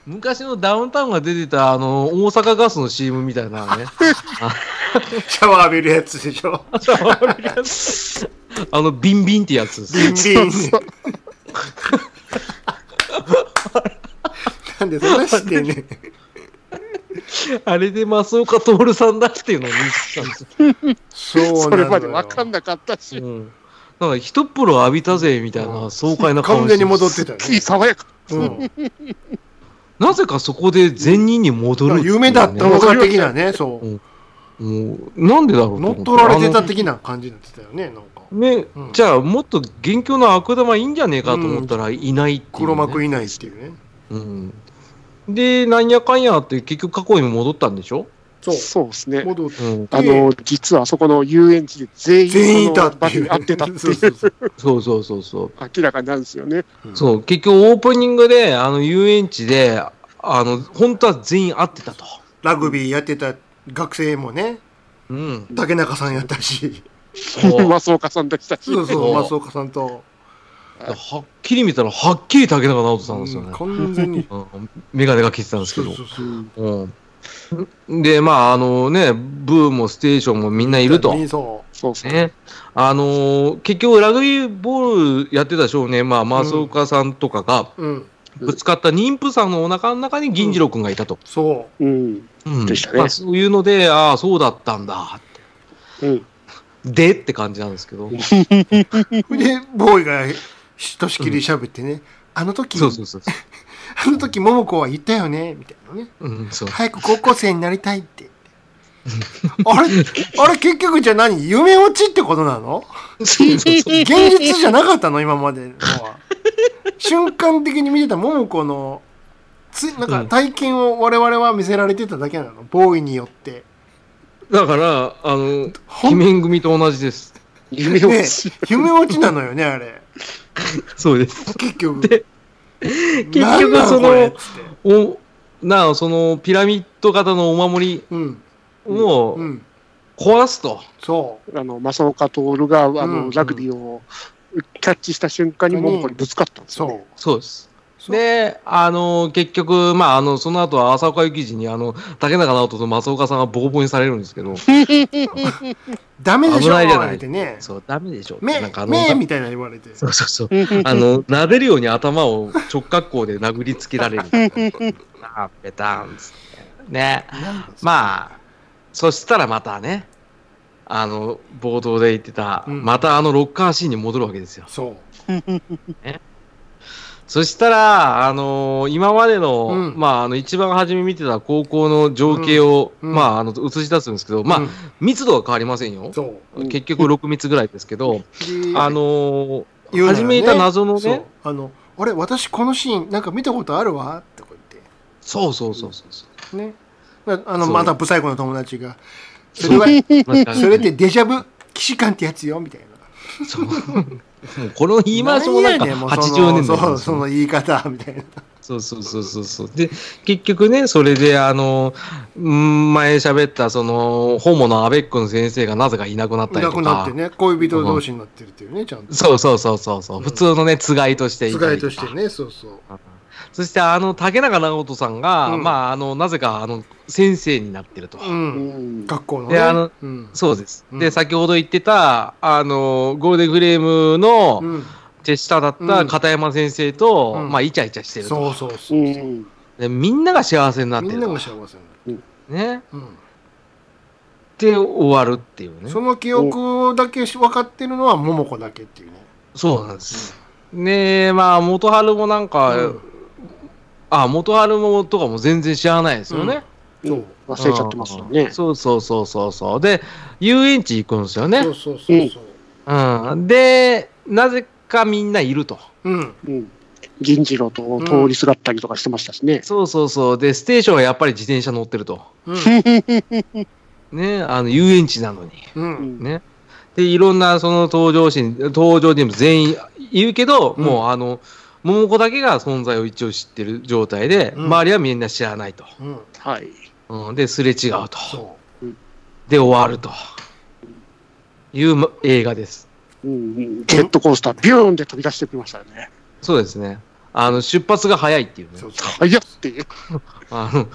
昔のダウンタウンが出てた、あの、大阪ガスの CM みたいなね。
シャワー浴びるやつでしょ。
あの、ビンビンってやつです
ビンビン。なんでそんなしてんねん。
あれで松岡徹さんだっていうのを認識したんですよ。
そうなのよ
それまで分かんなかったし、
うん。なんか、一風呂浴びたぜ、みたいな爽快な顔
完
して
全に戻ってたよ
いい
ね。
爽やか。
うん、
なぜかそこで善人に戻るっていうね、
夢だったのか的なね、そ
もう、なんでだろ
う。
う
乗っ取られて
あ
た
の
的な感じになってたよね、なんか。
ね、
うん
じゃあもっと元凶の悪玉いいんじゃねえかと思ったらいないっていう、ね
黒幕いないっていうね。
うんでなんやかんやって結局過去に戻ったんでしょ、
そう。
そうですね。
戻って。
うん、
あの、実はあそこの遊園地で全員
全員いた
そ
っ
の
て
場
い
所
う。
に合ってたって
そう
い
そううそう
そうそうそうそう
明らかになるんですよね。
そう結局オープニングであの遊園地であの本当は全員会ってたと、
ラグビーやってた学生もね、
うん、
竹中さんやったし、
そう
松岡さんでしたし。
そう
そ
そうう、松岡さんと、
はっきり見たらはっきり竹中直人さんですよね、
完全に。
うん、眼鏡が消してたんですけ
そう
ど
そうそう。
うん、でまああのねブーもステーションもみんないると、
そ
そうそう。
ね、あのー結局、ラグビーボールやってた少年、まあ、松岡さんとかが
う。うん。
ぶつかった妊婦さんのお腹の中に銀次郎君がいたと、
そ
うん。
うん
でしたね
まあ、そういうので、ああ、そうだったんだ
うん。
って、でって感じなんですけど、
う。で、ボーイがひとしきり喋ってね、あの時、
そうそうそう、
あの時、桃子は言ったよね、みたいなね。
うん、そう
早く高校生になりたいって。あれ あれ結局じゃあ何夢落ちってことなの
そうそうそう
現実じゃなかったの今までのは瞬間的に見てた桃子のつなんか
うん
体験を我々は見せられてただけなのボーイによって
だから、あの、
ほ
鬼
ん
面組と同じです。
夢を
ね
し、
夢落ちなのよねあれ
そうです。
結局
で
結
局その
って
おなあ、そのピラミッド型のお守
うん
りを
うん
壊すと、
そ
あの、正岡徹が、あ
う
の、
ん
ラグビーをキャッチした瞬間に、
うん
モンゴにぶつかったん
う
ですよ、
そう
ね。
そうです。
そう
で、あの、結局、まあ、あの、その後は浅岡幸二に、あの、竹中直人と松岡さんがボコボコにされるんです けど、
ダメで
危
しょ
ないじゃない
言われてね
そう、ダメでしょ。
目
なんかあの、
目みたいな言われて
そうそうそう。あの、撫でるように頭を直角行で殴りつけられる。あ、ペタンっつって。ね。まあ、そしたらまたね、あの、冒頭で言ってた、
うん
またあのロッカーシーンに戻るわけですよ。
そう
そしたら、あのー今までの、
うん
まあ、あの、一番初め見てた高校の情景を、
うんうん
まあ、あの、映し出すんですけど、まあ、
うん
密度は変わりませんよ。
そう
うん
結局6密ぐらいですけど、
で
あのー
言うなら
始めた謎のね
そうあのあれ私このシーンなんか見たことあるわってこう言っ
そうそうそうそうそ
てねなあの
そう
またブサイクの友達がそれは
う。
それってデジャブ既視感ってやつよみたいな
そう。もう この言い回しもなんか
んやねもうその
80年代
そ
なん
う
です
そ
よ
の言い方みたいな
そうそうそうそうそう。で、結局ね、それで、あのー、うん前喋った、その、ホモのアベックの先生がなぜかいなくなった
い
り
な
とか。
くなってね恋人同士になってるっていうねちゃんと
そうそうそうそうそう、普通のね、つがいとしてい
つ
た
がい
り
と
か
してねそうそう
そして、あの、竹中直人さんが、
うん
まあ、あの、なぜか、あの、先生になってると。
う
うんん。。
学校の
であの
ねうん
そうです。
うん
で、先ほど言ってた、あの、ゴールデンフレーム
う
の
ん
手下だっ
う
た
ん
片山先生と、
うん
まあ、イチャイチャしてると。
そうそうそううん
でみんなが幸せになって
み
る
ん
と。
なが幸せになる
ね。
うん
で、終わるっていうね。
その記憶だけし分かってるのは桃子だけっていうね
そうなんです。ねえ、まあ、元春もなんか、
うん
あ、元春もとかも全然知らないですよね。
うんそう
忘れちゃってますよね。
そうそうそうそうそう。で、遊園地行くんですよね。
そうそうそうそう
うん。で、なぜかみんないると。
うん。
うん。銀次郎と通りすがったりとかしてましたしね。
そうそうそう。で、ステーションはやっぱり自転車乗ってると。
うん。
ね、あの、遊園地なのに。
う。
うんん
ね。で、いろんなその登場シーン、登場人物全員いるけど、
うん
もうあの、桃子だけが存在を一応知ってる状態で、
うん
周りはみんな知らないと。
うん。
はい。
うん、で、すれ違うと。
そ
で、終わると。いうま映画です。
うんうん、ジェットコースター、ビューンで飛び出してきましたよね。
そうですね。あの、出発が早いっていう
う。
ね
そ。うそう。
早っっていう、
あの、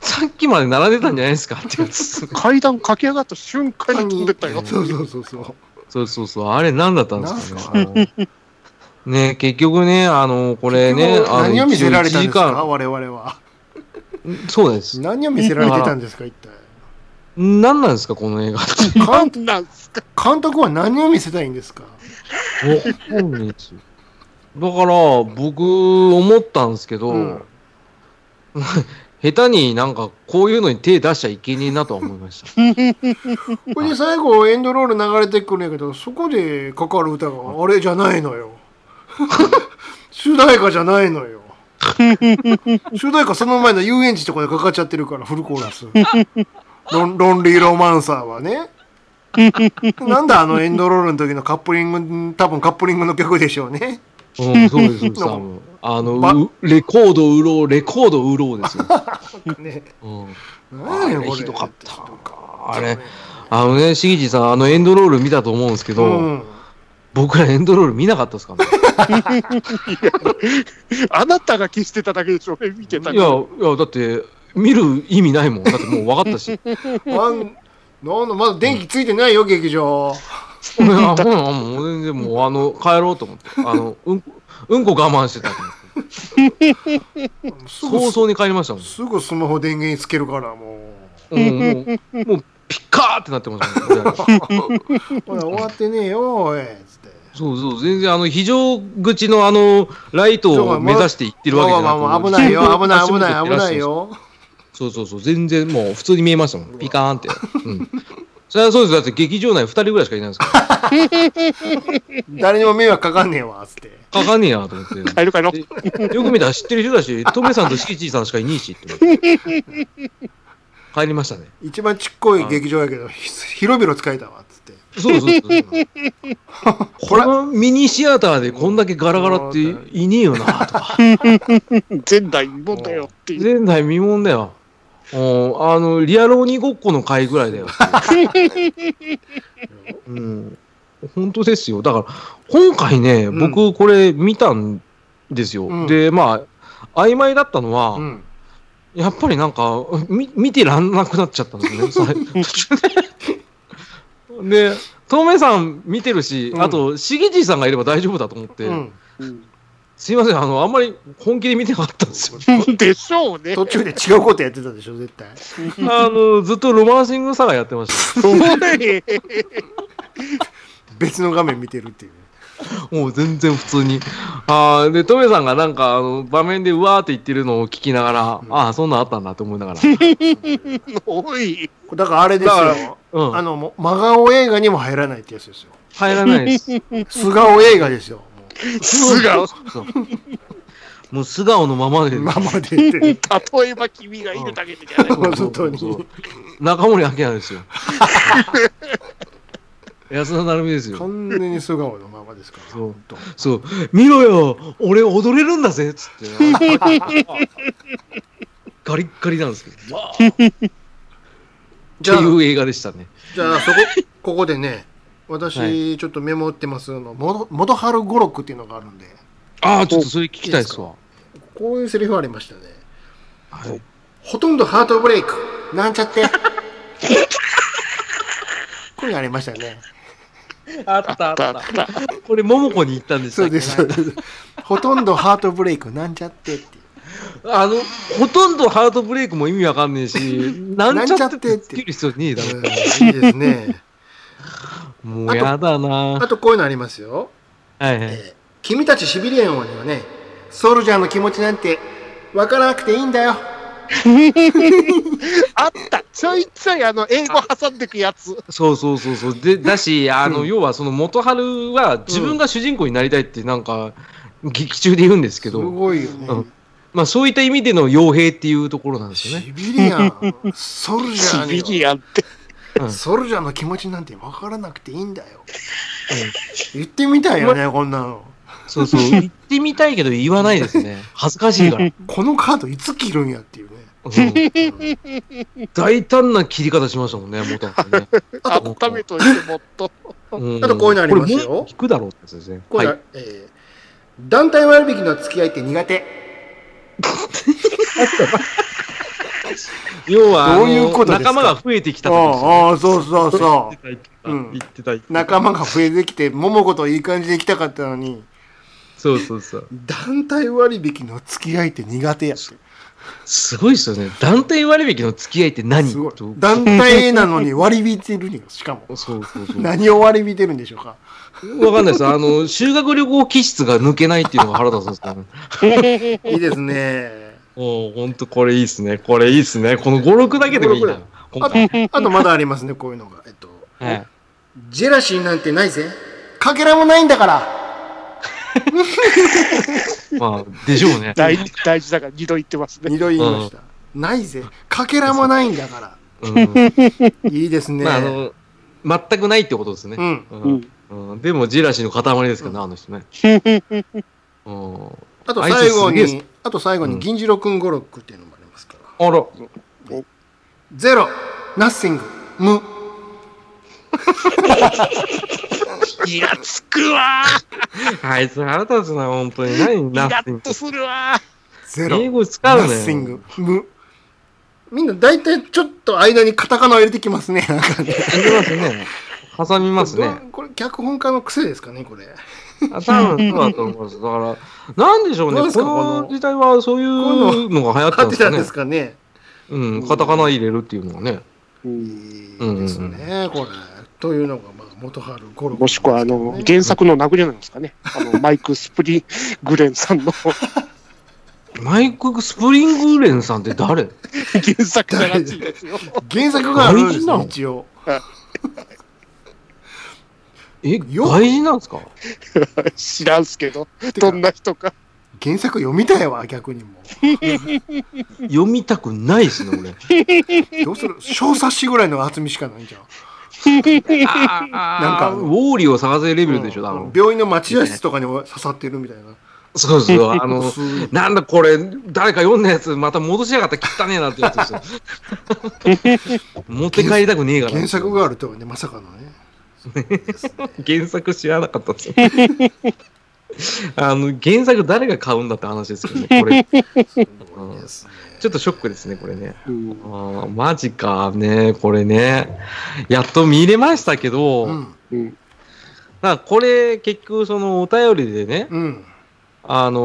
さっきまで並んでたんじゃないですかってやつ。
階段駆け上がった瞬間に飛んでったよ。
そうそうそうそう。
そうそうそう。あれ何だったんですか
な
ね。あのね、結局ね、あの、これね、あの
何を見せられたんで
一
すか
応
我々は。
一時間そうです。
何を見せられてたんですか一体。
何なんですか、この映画。
監
なんなんすか
監督は何を見せたいんですか
わかんないですよだから、僕、思ったんですけど、
うん
下手になんか、こういうのに手出しちゃいけねえなとは思いま した。
これで最後エンドロール流れてくるんやけどそこでかかる歌があれじゃないのよ 主題歌じゃないの よ主題歌その前の遊園地とかでかかっちゃってるからフルコーラスロンロンリーロマンサー はねなんだあのエンドロールの時のカップリング多分カップリングの曲でしょうね
うん、そうです、そうです。多分あ
ば
の、うレコード売ろう、レコード売ろうです よ。
ね
うん
何やねんこれ
ひどかった
ひどかった
あれあのね、しぎじさん、あのエンドロール見たと思うんですけ
う
ど、
ん
僕らエンドロール見なかったですからね。
あなたが消してただけでしょ、俺見て た
い
け
や、
ど。
いや、だって、見る意味ないもん。だってもう分かった し。い
あんなんだまだ電気ついてないよ劇場
や、ほな、もう全然もう、あの、帰ろうと思って。あの、うんこ、うんこ我慢してたと思って。
すぐ
早々に帰りま したもん。
すぐスマホ電源につけるからも
うんもう、もう、ピッカーってなってましたね。
うほら終わってねえよおいつって
そうそう、全然、あの、非常口のあの、ライトを目指していってるわけじゃなく
まあまあ危ないよ危ない危ない危ない。よ
そうそうそう、全然もう普通に見えましたもん。ピカーンって。うん。それはそうです。だって劇場内2人ぐらいしかいないんです から。
誰にも迷惑かかんねえわつって
かかんねえなと思って。
帰る帰ろう。
でよく 見たら知ってる人だし、トメさんとシキチーさんしかいねえしって思って。帰りましたね。
一番ちっこい劇場やけどひ広々使えたわつって
そうそうそうそう。これはミニシアターでこんだけガラガラっていねえよなとか。
前代未聞だよっていう。
前代未聞だよ。うんあの、リアル鬼ごっこの回ぐら いだよ。うん。本当ですよ。だから、今回ね、
うん
僕これ見たんですよ。
うん
で、まあ、曖昧だったのは、
うん
やっぱりなんか、み見てらんなくなっちゃったんです ねそれ。で、透明さん見てるし、
うん
あと、しぎじいさんがいれば大丈夫だと思って、
うん
う
すいません、あの、あんまり本気で見てなかったんですよ。
ん、でしょうね。
途中で違うことやってたでしょ絶対
あの、ずっとロマンシングサガやってまし
おい
別の画面見てるっていう
た。もう全然普通に。あーで、トメさんがなんか、あの、場面でうわーって言ってるのを聞きながら、
ん
ああ、そんなんあったんだと思いな がら。
おい。
これだからあれです
だか
よ
うん。
あのもう真顔映画にも入らないってやつですよ
入らないです。
素顔映画ですよも
素顔。
そうもう素顔のままで。
う今までって
例えば君がいるだけでじゃない。
本当に
そう中森明菜 ですよ。安田成美ですよ。
完全に素顔のままですから
そう
本当
そう、見ろよ、俺踊れるんだぜっつって。 ガリッガリなんですけど。わーって
じゃあ
いう映画でしたね。
じゃあそこここでね私、
は
ちょっとメモってますあの「もど元春語録」っていうのがあるんで
ああ、ちょっとそれ聞きたいですわ。
こういうセリフありましたね
はい、
ほとんどハートブレイクなんちゃって これありましたね
あったあ
だっ
った。
た
これ、桃子に行ったんでした
そ
っ
う
け
ですそうですほとんどハートブレイクなんちゃってっていう
あの、ほとんどハートブレイクも意味わかんねえし、 なんちゃってってつける必要ねえだろ。
うんいいですね
もうやだ
あ
な
とこういうのありますよ
はいはい。
「君たちシビリアン王にはねソルジャーの気持ちなんてわからなくていいんだよ
あった。ちょいちょいあの英語挟んでくやつ。
そうそうそうそう。で、だ し、あの、要はその元春は自分が主人公になりたいってなんか、劇中で言うんですけ
す
ど、
ごいよね。
うんまあそういった意味での傭兵っていうところなんですよね。
シビリアン、ソルジャ
シビ
ー
リアンって。
アン
に、ソルジャーの気持ちなんて分からなくていいんだよ。言ってみたいよね、こんなの。
そう そう。言ってみたいけど言わないですね。恥ずかしいから。
このカードいつ切るんやっていうね。
うん大胆な切り方しましたもんね、元春ね。
あっためとしてもっと。
うん
あとこういうのありますよ
これもう聞くだろうってやつですね。
こ
は
れ、
い。
えー団体割引の付き合いって苦手。
要は、
どういうことです
仲
か
間が増えてきた
あ
とか
あああ、そうそうそ
ですね
うん
言ってた、言って
う。
た。
仲間が増えてきて、桃子といい感じで行きたかったのに、
そうそうそう。
団体割引の付き合いって苦手やって。
すごいですよね。団体割引の付き合いって何
すごい
と。
団体なのに割り引いてるによ、しかも。
そうそうそう。わ
何を割り引いてるんでしょうか。
かんないです。あの、修学旅行気質が抜けないっていうのが腹立つんですけどね。
いいですね。
おうほんとこれいいっすね。これいいっすね。この5、6だけでもいいな。今
あ
回。
と、あとまだありますね、こういうのが。えっと、
はい
ジェラシーなんてないぜ。かけらもないんだから。
まあ、でしょうね。
大大事だから二度言ってますね。
二度言いました。ないぜ。かけらもないんだか
うん
ら。いいですね。
まあ、あの、全くないってことですね
う。ん。
うんうんでも、ジェラシーの塊ですからね、あの人ね。うん
あと最後
あいつすげ
に、あと最後に、銀次郎くん語録っていうのもありますから。
あら、
ゼロ、ナッシング、無。
イラつくわ
あいつ腹立つな、本当に。何、
ーイ
ナッ
ラ
ティン
ッとするわ
ゼ
英
ロ、
語使
ナ
う
ッシン
ね。
グ、無。みんな大体ちょっと間にカタカナを入れてきますね。なんかね。
入れますね。挟みますね。
どこれ脚本家の癖ですかね、これ。
あ多分そうだと思います。だから、なんでしょう
どうで
ね。
すか
こ
この
の時代はそういうのが流行 った
買
ん
っ
で
て
すか
たん
ね
です。かね。
うん、カタカナ入れるっていうのはね。
いいですね、これ。というのが、まあ、元春ゴル
もしくはあの原作の名残なんですかね。あのマイク・スプリングレンさんの
マイク・スプリングレンさんって誰
原作ならしいですよ。
原作があるん
大
です
事な
ね、
の
一応。
え、
よ
外人なんですか
知らんすけど、どんな人か。
原作読みたいわ、逆にも
読みたく ないですね、俺。
う。どうする小冊子ぐらいの厚みしかないんじゃん。
なん
か
ウォーリーを探せレベルでしょ、多分。
病院の待合室とかに刺さってるみたいな。
そうそう、あの
薄い、
なんだこれ、誰か読んだやつ、また戻しやがった、汚ねえなってやつ ですよ。持って帰りたくねえから。
原作があるとはね、まさかのね。
原作知らなかったですよ。あの、原作誰が買うんだって話ですけどね、こ れ。うん
ですね
ちょっとショックですね、これね。あーマジかね、これね。やっと見れましたけど、
うん。
なんかこれ、結局、その、お便りでね、
うん。
あの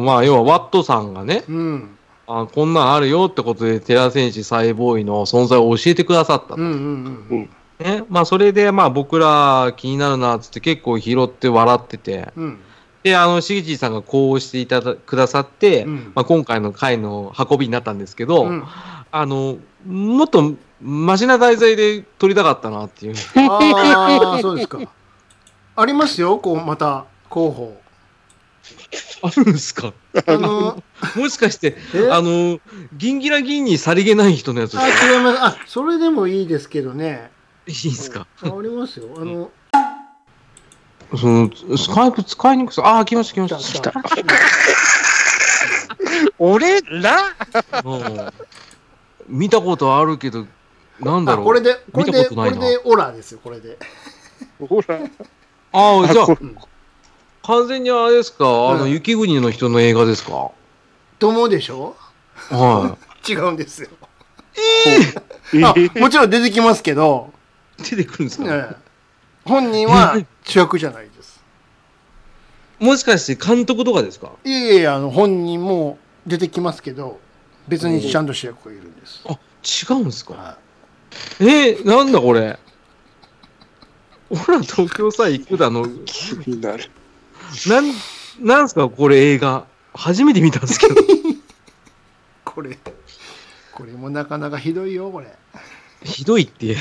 ーまあ、要は、ワットさんがね、
うん。
あこんなんあるよってことで、寺選手、サイボーイの存在を教えてくださった
うん。うん。うん。
ね。まあ、それで、まあ、僕ら気になるな、つって結構拾って笑ってて、
うん。
で、あの、しげちさんがこうしていただくださって、
うん
まあ、今回の回の運びになったんですけど、
うん
あの、もっと、マシな題材で撮りたかったなっていう。
ああ、そうですか。ありますよ、こう、また、候補。
あるんですか
あの、
もしかして、
え
あの、ギンギラギンにさりげない人のやつ
あ、
で
違います。あ、それでもいいですけどね。
すいいですか
ありますよ。あの、
その、スカイプ使いにくさ、ああー、来ました来ました。
た。
俺ら
うん見たことあるけど、なんだ
あ
ろう。
これで、こ
見
れ
た
で、
こと
こ
ない
れ
な。
で、オラですよ、これで。
ほら、
ああ、じゃあ
あこ、
完全にあれですか、あの、
うん
雪国の人の映画ですか
と思うでしょ
は
違うんですよ。
え
あ、もちろん出てきますけど、
い。 出てくるんですか、
ええ本人は主役じゃないです。
もしかして監督とかですか
いえいえ、あの、本人も出てきますけど、別にちゃんと主役がいるんです。
あ、違うんですか
は
えー、なんだこれ。ほら、東京さ、行くだの。
気になる。
なん、 なんすかこれ映画。初めて見たんですけど。
いこれ、これもなかなかひどいよこれ
ひどいって。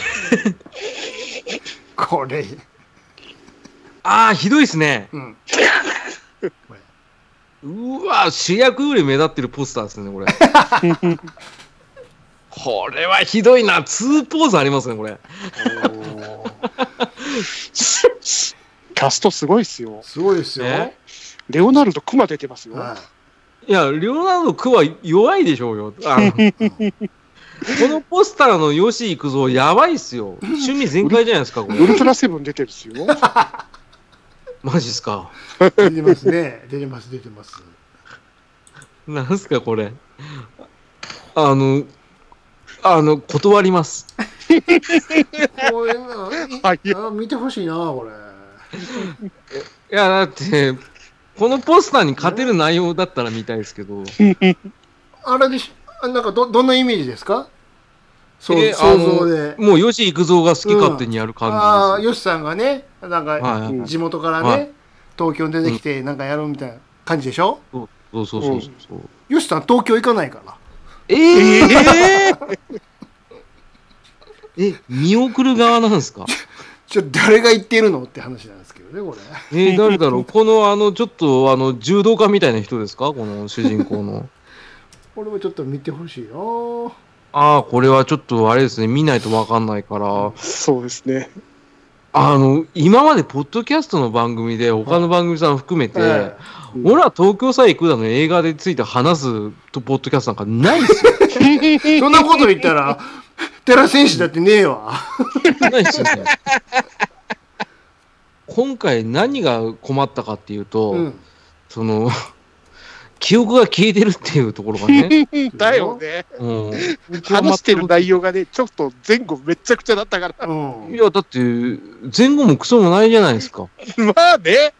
これ
ああ、ひどいですね。
うん
うわ、主役より目立ってるポスターですね、 これ。これはひどいな。ツーポーズありますね、これ。
キャストすごいっすよ。
すごいですよ、
ね
レオナルド、クマ出てますよ。
はい
や、レオナルド・クは弱いでしょうよ。あ のこのポスターの吉幾三、やばいっすよ。趣味全開じゃないですか、こ
ウ
れ。
ルトラセブン出てるっすよ。
マジっすか。
い、出てますね出てます出てます
なんすか、これ。あの、あの、断ります。
これな
はい。
あ見てほしいなこれ
いや、だって、このポスターに勝てる内容だったら見たいですけど。
あれでしょなんかどどんなイメージですかそう、
えー
想像で
あのもう吉幾三が好き勝手にやる感
ああ
じで
よしさんがねなん
す。は
か
い、
うん
地元からね、
はい
東京に出てきてなんかやろうみたいな感じでしょ
そうそうそうそう。
よしさん東京行かないから
ええー、え見送る側なんですか
ちょ誰が行ってるのって話なんですけどねこれ
えー、誰だろうこの、あの、ちょっと、あの、柔道家みたいな人ですかこの主人公の。
これもちょっと見てほしいよ
ああ、これはちょっと、あれですね、見ないとわかんないから。
そうですね。
あの、今まで、ポッドキャストの番組で、他の番組さん含めて、
え
俺ら東京さえ行くだの映画でついて話すとポッドキャストなんかないっ すよ。
えそんなこと言った ら寺選手だってねえわ
ないっすよね。今回何が困ったかっていうと、
うん
その、 記憶が消えてるっていうところが ね。
だよね。
うん、
話してる内容がね、ちょっと前後めちゃくちゃだったから。
うん
いや、だって、前後もクソもないじゃないですか。
まあね。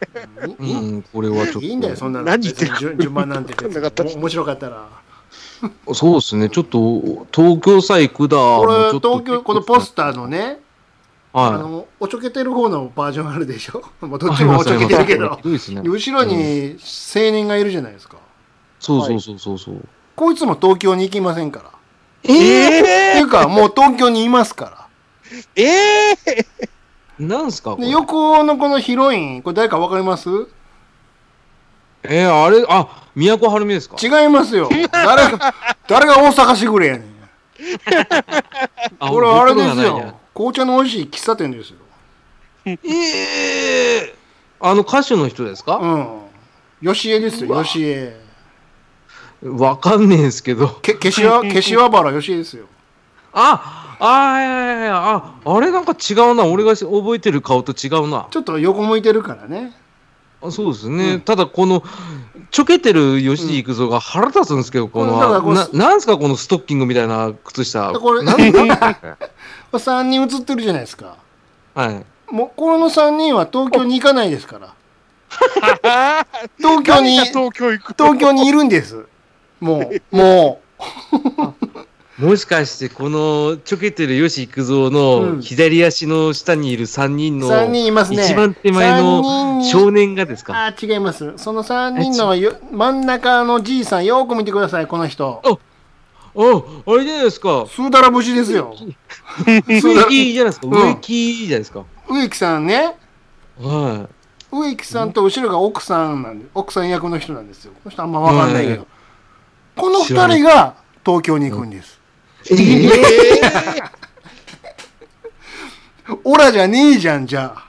う
いい
ん、これはちょっと。
いいんだよそんなの
何言ってる
別に順順番なんて
分かんなかった
面白かったら
そうですね、ちょっと、東京さえ行くだ。
これ
もうちょっ
東
と
京このポスターの。ね
は
あのおちょけてる方のバージョンあるでしょ まあ
い。
どっちもおちょけてるけ
あ
ど
りますありますひどいですね。
後ろに青年がいるじゃないですか
そうそうそうそうそう。
こいつも東京に行きませんから
え
っていうかもう東京にいますか
ええ
ー、なんすかこ
ら
れ
で横のこのヒロインこれ誰かわかります
えー、あれ、あ、宮古晴美ですか
違いますよ誰が誰が大阪しぐれやねん
あ
これあれで
僕のが
す。
ないや
よ紅茶の美味しい喫茶店ですよ
ええあの歌手の人ですか
うんよしえです
う
よ
わ
よしえ
わかんねえんすけど。
けけしわけしわばらよしえですよ
あ、あいやいやいや、あ、あれなんか違うな。俺がし覚えてる顔と違うな。
ちょっと横向いてるからね
あそうですね。ただこの、ちょけてる吉幾三が腹立つんですけど、こ
うんだから
の、
こう
ななんすかこのストッキングみたいな靴下。
でこれ
なんなん
3人写ってるじゃないですか
はい。
もうこの3人は東京に行かないですから
ー。
東京に
誰が東京行く
東京にいるんですもうも
もしかして、この、ちょけてる吉幾三
う
の
ん
左足の下にいる3人の、
う3人いますね
一番手前
三人
の
に
少年がですか
あー違いますその3人のよ真ん中のじいさんよく見てくださいこの人
あ、あれじゃないですか。
スーダラ節で すよ
植木じゃないですか。
うん
植木じゃないですか。
植木さんね
は
植木さんと後ろが奥さんなんで奥さん役の人なんですよこの人あんま分かんないけど、
う
この2人が東京に行くんです、
い。
オラじゃねえじゃんじゃ あ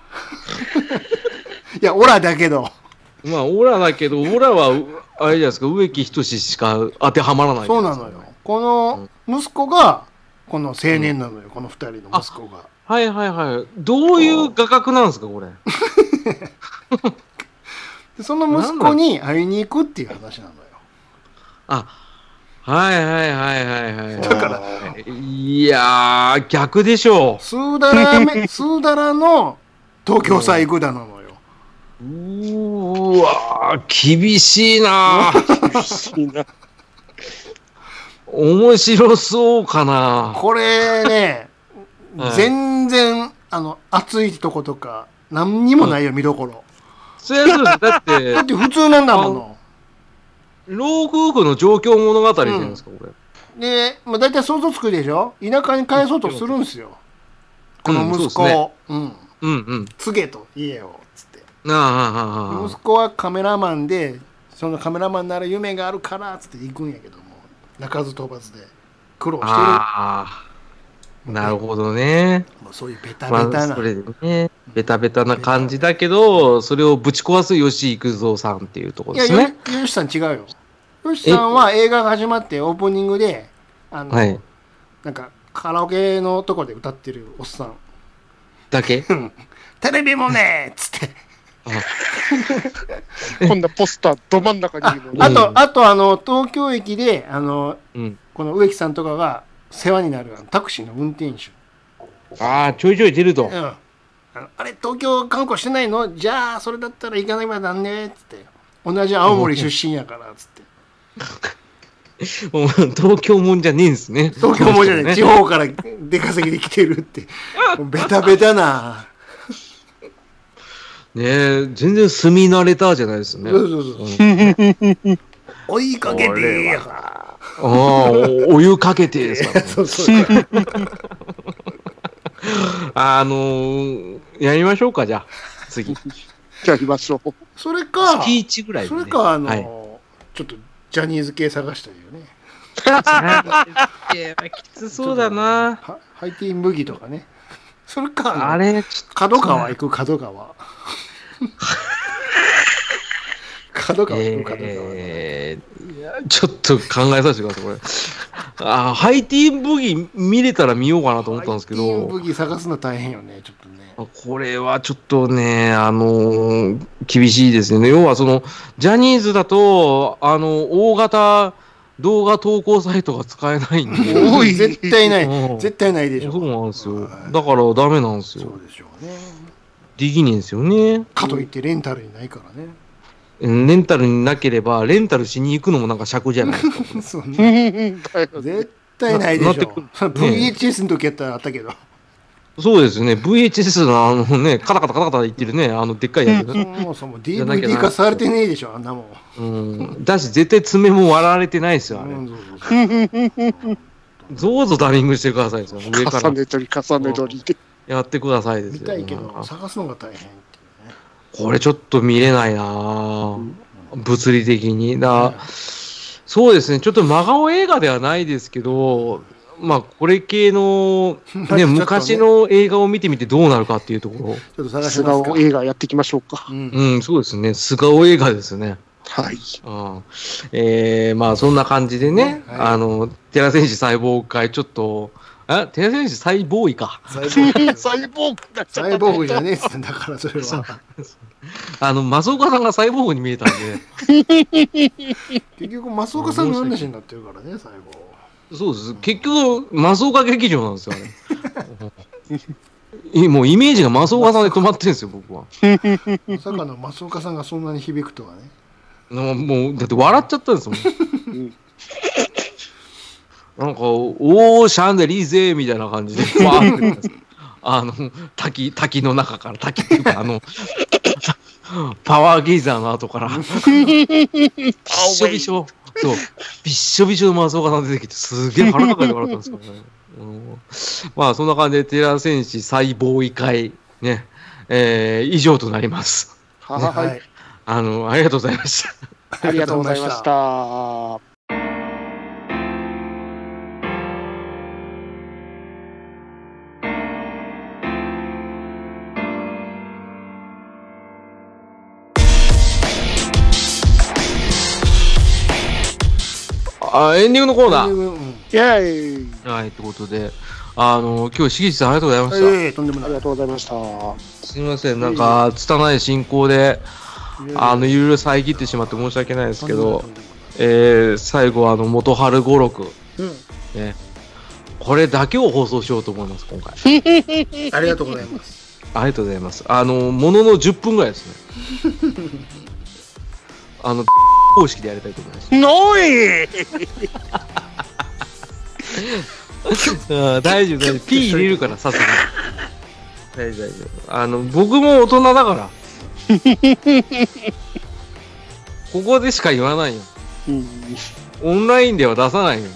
いやオラだけど
まあ、オラだけど、オラは、うあれじゃないですか、植木仁しか当てはまらない。
そうなのよ。この息子がこの青年なのよ、この2人の息子が
はいはいはい。どういう画角なんですか、これ。
でその息子に会いに行くっていう話なのよ
あ、はいはいはいはいはい。
だから
いやー、逆でしょ
スーダラめスーダラの東京さ行くだなの
う。
よ
うーわー、厳しいな ー。
みんな
面白そうかな。
これ ね、
はい
全然あの暑いとことか何にもないよ見どころ、
そりゃそうです。だって
だっ、て普通なんだもの
老夫婦の状況物語じゃないですか、これ。
で、まあ、大体想像つくでしょ田舎に返そうとするんですよ。この
うん
息子
そうですね
を、うん、
うんうん。
告げと家を、つって。
あああああ
息子はカメラマンで、そのカメラマンなら夢があるから、つって行くんやけども、鳴かず飛ばずで苦労してる。
あああなるほどね。
もうそういうベタベ
ま
タ
あ、
な。
それでね、ベタベタな感じだけど、それをぶち壊す吉幾三さんっていうとこ
い
ろで
や、
す
よ
ね。
よしさん違うよ。よしさんは映画が始まってオープニングで、あの、
はい。
なんかカラオケのとこで歌ってるおっさん。
だけ
テレビもねーっつって。
こんなポスターど真ん中にいるのに
あと、あとあの、東京駅で、あの、
うん。
この植木さんとかが世話になるあのタクシーの運転手。
ああ、ちょいちょい出ると
うん。。あのあれ、東京観光してないのじゃあ、それだったら行かなきゃなんねーっつって。同じ青森出身やからっつって。
もう東京もんじゃねえんですね。
東京もじゃない、
ね
地方から出稼ぎで来てるって。もうベタベタな。
ねえ、全然住み慣れたじゃないですね。
そうそうそ
う
う
ん
追いかけてやから。
ああ、おお湯かけて ですからね
そうそう。
あのー、やりましょうか、じゃあ。次。
じゃあ行きましょう。
それか、
月一ぐらいで
そ
ね、
れか、あの、
はい
ちょっとジャニーズ系探したいよね。
きつそうだな。
はハイティーン麦とかね。それか、の
あれ、ちょっ
角川行く角川。角
と、
川行く角川。
えーいやちょっと考えさせてください、これ。あーハイティーンブギ見れたら見ようかなと思ったんですけ
ハイティーン
ど、
麦探すの大変よね、ちょっとね。
これはちょっとね、あのー厳しいですね。要は、その、ジャニーズだと、あの、大型動画投稿サイトが使えないんで。
おい
絶対な
うん
い。絶対ないでしょ。
そうなんですよ
は。い
だからダメなんです
そ
よ
う。でしょうね。
できねえんですよね。
かといってレンタルにないからね。
うんレンタルになければ、レンタルしに行くのもなんか尺じ ゃないですか。
そんな
だ よね
絶対ないで
な
し
なって
ょ
くる。
それ VHS の時やったらあったけど。
そうですね。VHS のあのね、カタカタカタカタ言ってるね、あのでっかいやつ。
そもそも
ゃなきゃな
DVD 化されてねえでしょ、あんなも
う
ん。
ん。だし、絶対爪も割られてないですよ、あれ
う。んそうそうそう
どうぞダミングしてく ださいですよ。上か
重
ら
ね取り重ね取りで。
やってくださいです
見
よ。
たいけ
なん
ど、
か
探すのが大変っていうね。
これちょっと見れないなぁ物理的に。だそうですね。ちょっと真顔映画ではないですけど、まあ、これ系 の、
ちょっと
ね、
ね
昔の映画を見てみてどうなるかっていうところ。
ちょっと探し
素
ます
顔
か。
映画やっていきましょうか。
うん
うん、そうですね。素顔映画ですね。
はい。
うん。えー、まあ、そんな感じでね、
はい
あの、寺選手細胞会、ちょっと、あ、寺選手細胞医か。
サイボー グ
サイボーグだ
サイボーグじゃねえっすんだから、それは。
あの、松岡さんが細胞医に見え たんで、
結局、松岡さんの話になってるからね、最後。
そうです。結局、松岡劇場なんですよ、あれ。 いもうイメージが松岡さんで止まってるんですよ、僕は。
まさかの松岡さんがそんなに響くとはね。
なもう、だって笑っちゃったんですもん。
ん
なんか、おー、シャンデリーゼーみたいな感じで、わーってなったんですよあの、滝、滝の中から、滝っていうか、あの、 パワーゲイザーの後から、びっしょびしょ、そう、びっしょびしょの松岡さん出てきて、すげえ腹の中で笑ったんですけどね。うんまあ、そんな感じで、テラ戦士細胞異会、ね、えー以上となります。
はい。。
あの、ありがとうございました。
ありがとうございました。
あ、エンディングのコーナー。
うん
イェイ
はい、ということで、あの、今日、しげちさんありがとうございました。
ええ、とんでも
あ
な
り
い
が。とうございました。は
すみません、なんか、拙い進行で、あの、いろいろ遮ってしまって申し訳ないですけど
とん、でもない
えー、最後は、あの、元春五六、ね、これだけを放送しようと思います、今回。
ありがとうございます。
ありがとうございます。あの、ものの10分ぐらいですね。 あの、 方式でやりたいと思います。
ノイ
うん大丈夫、大丈夫。P 入れるから、さすがに。大丈夫、大丈夫。あの、僕も大 人だから。ここでしか言わないよ。
うん
オンラインでは出さ ないよ。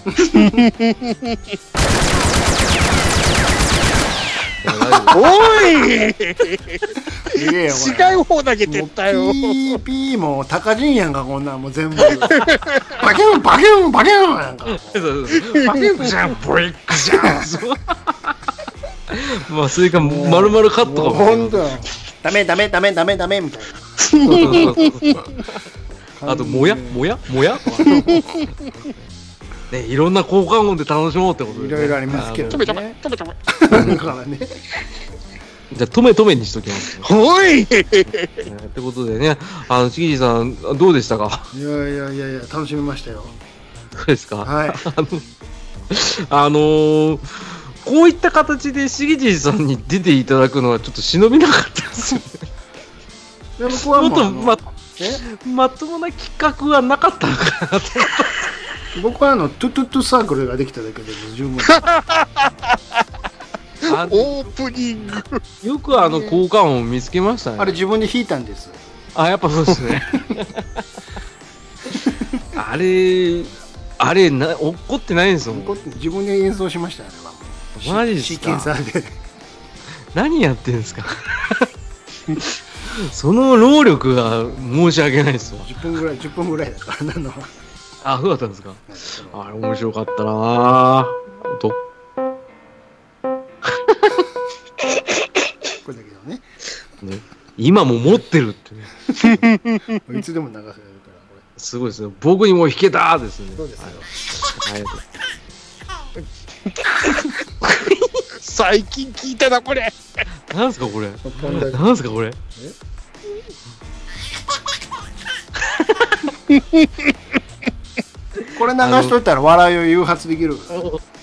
おい
いやいやこれ
違う方投げてったよ。
もうピーピーも高人やんかこんなんもう全部バキュンバキュンバキュンやんか
そうそうそうパキンじゃん、ブリックじゃん。そう まあ、それか、まるまるカットかも。
ほんとよ
ダメダメダメダメダメみたいな
そうそう そうそうあと、もや、もや、も や。ね、いろんな交換音で楽しもうってことでね
いろいろありますけど
止めたまえ、止めたまえ。
だからね
じゃあ、止め止めにしときます。
おい
ってことでね、あの、しぎじさん、どうでしたか
いやいやいやいや楽しみましたよ
どうですか
はい
あのーこういった形でしぎじさんに出ていただくのはちょっと忍びなかったですよね。
で僕
もっ
はもうあ
とま
のえ
まともな企画はなかったのかなと。
僕はあのトゥトゥトゥサークルができただけでも十分
あの
オープニング。
よくあの効果音を見つけましたね。
あれ自分で弾いたんです
あやっぱそうです ね。あれ、あれな、怒ってないんですよ。
こう自分で演奏しましたよあれは
マジ
シ
です
ーケンサ
か
ーで
何やってんですか その労力が申し訳ないですわ。
10分ぐらい10分ぐらいだからなのは
あ、そうだったんですかあれ面白かったなぁ。ど
これだけどね
ね、今も持ってるってね、
いつでも流せるからこれ
すごいですね。僕にも弾けたーですね。
そうですよ
はいありがとう
最近聞いたな、これ。
なんすかこれ。
こんだけ
なんすかこれ。
これ流しといたら笑いを誘発できる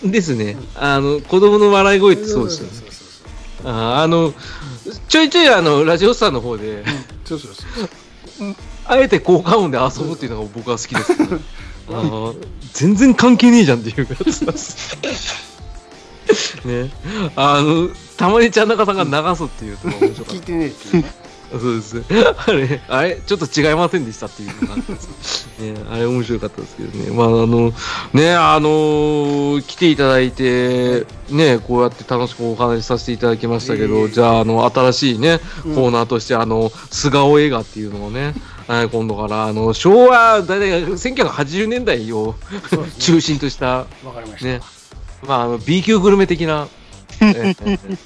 ですね。あの子供の笑い声ってそうですよね。
そうそうそう
あーあのちょいちょいあのラジオスターの方で、
そうそうそう
あえて効果音で遊ぶっていうのが僕は好きです、ね。あー全然関係ねえじゃんっていうやつなんです。ね、あのたまにちゃん中さんが流すっていうとこが面白か
聞
っ
いてねえっていうね
たそうですあれあれちょっと違いませんでしたっていうのがあったんです、ね、あれ面白かったですけどねまああのねあの来ていただいてねこうやって楽しくお話しさせていただきましたけど、じゃああの新しいねコーナーとして、あの素顔映画っていうのをねはい今度からあの昭和大体1980年代を中心とした
わかりました
ね、まあ、あの B 級グルメ的 な、ええええ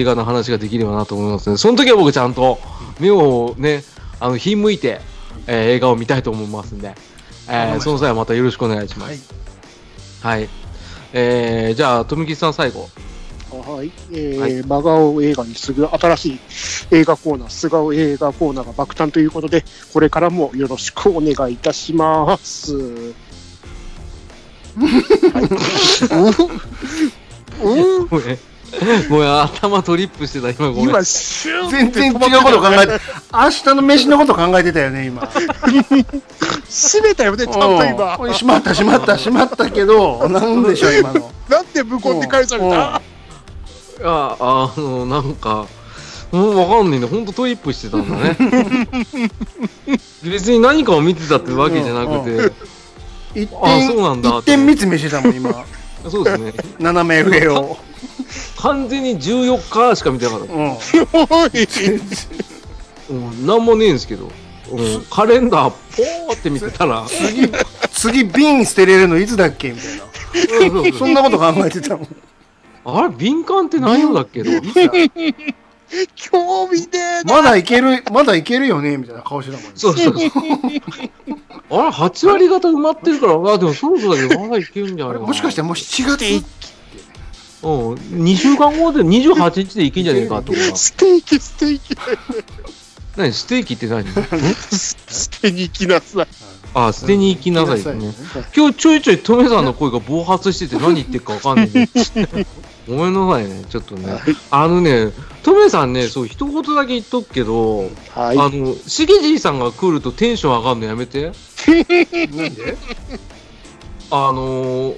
映画の話ができればなと思いますね。その時は僕ちゃんと目をね、あの、ひんむいて、ええ映画を見たいと思いますんで、ええその際はまたよろしくお願いします。はい。ええじゃあ、富木さん最後。
はい、え
はい
ー、真顔映画に次ぐ新しい映画コーナー、素顔映画コーナーが爆誕ということで、これからもよろしくお願いいたします。はい、
ごめん。ごめん、頭トリップしてた、今
うん
ごめん。
今、シューン
全然違うこと考えて 明日の飯のこと考えてたよね今
閉めたよね、ちゃんと今。
うんしまったしまったしまったけどなんでしょう今の
なんで無言で返された
あ、あの、なんか、うん、わかんないんだ。ほんとトリップしてたんだね。 別に何かを見てたってわけじゃなくて、
一
あそうなんだ
点一点見つめしてたもん今
そうですね。
斜め上を
完全に14日しか見てなかっ
うん
おい
た。うん、なんもねえんですけど。うん、カレンダー、ポーって見てたら、そう
次次瓶捨てれるのいつだっけみたいな
そうそ
そ
うん
なこと考えてたもん
あれ、敏感って何曜だっけど。
興味ねえな
まだいけるまだいけるよねみたいな顔してたもん
そうそうそう。あれ、8割方埋まってるから、あ、でもそろそろだけど、まだいけるんじゃないかな
もしかしてもう7月
うん、2週間後で28日でいけんじゃねえかとか。
ステーキ、ステーキ、
何、ステーキって何
捨てに行きなさい。
あ、捨てに行きなさいってね。今日ちょいちょいトメさんの声が暴発してて何言ってるかわかんないね。ごめんなさいね、ちょっとね。あのね、トメさんね、そう、一言だけ言っとくけど、
は
あの、しげじいさんが来るとテンション上がるのやめて。
なんで
あのー、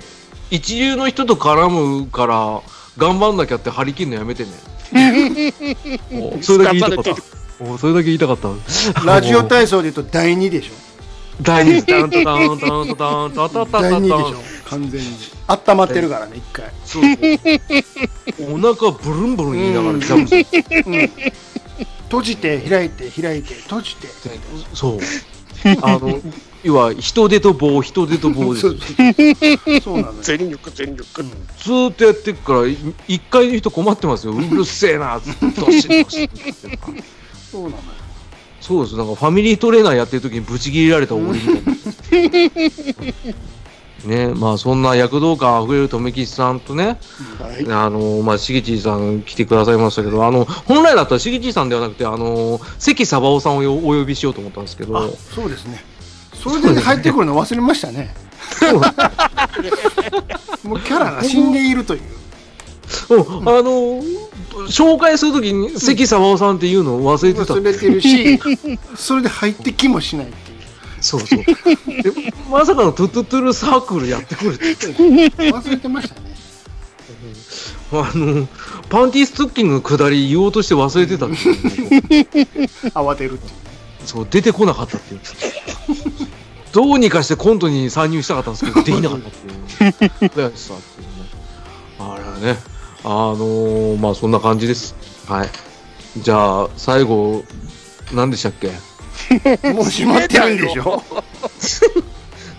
一流の人と絡むから、頑張んなきゃって張り切るのやめてね。おそれだけ言いたかった。おそれだけ言いたかった。
ラジオ体操で言うと第2でしょ
大事ダウンとダウンとダウンとダウンとダウンとダウ
第
ン
二でし
と
ょ完全に温まってるからね一回
そうそうお腹ブルンブルン言いながらジャンプして
閉じて開いて開いて閉じて
そうあの要は人手と棒人手と棒です
そ
ず
うそうなの よ
全力全力、
ーっとやってるからい一階の人困ってますようるせえなずっとしどし
そうなのよ
そうですなんかファミリートレーナーやってる時にブチ切れられたおごりみたいなねまあそんな躍動感あふれる留吉さんとね
はい
あのまあ、しげちさん来てくださいましたけど、あの、本来だったらしげちさんではなくて、あの、関サバオさんをよお呼びしようと思ったんですけ
あ
ど、
そうですねそれで入ってくるの忘れましたねもうキャラが死んでいるという
うんあの、紹介するときに関サバオさんっていうのを忘れてた。
忘れてるしそれで入ってきもしないっていう
そうそう。でまさかのトゥトゥトゥルサークルやってくるって。
忘れてましたね
あの、パンティストッキングのくだり言おうとして忘れてたっていうね
慌てるっていう
そう、出てこなかったっていう。どうにかしてコントに参入したかったんですけど、できなかったっていう。悔しさっていうね。あれはね。あのーまあそんな感じです。はい。じゃあ、最後、何でしたっけ
もう閉まってるんでしょ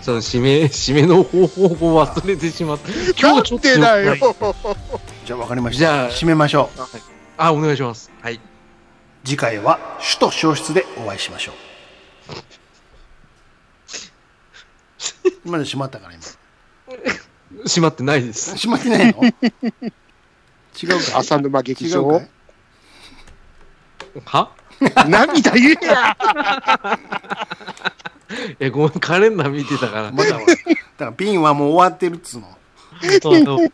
その締め、締めの方法を忘れてし まった。
今日ってだよ、
じゃあ分かりまし
じゃ
た
あ
締めましょう
あ、お願いします。はい。
次回は首都消失でお会いしましょう今で閉まったから今
閉まってないです。
閉まってないの違うか
浅沼劇
違う
場
か
は
涙言えや
え、ごめん、カレンダー見てたから。
まだだから瓶はもう終わってるっつうの
そうそう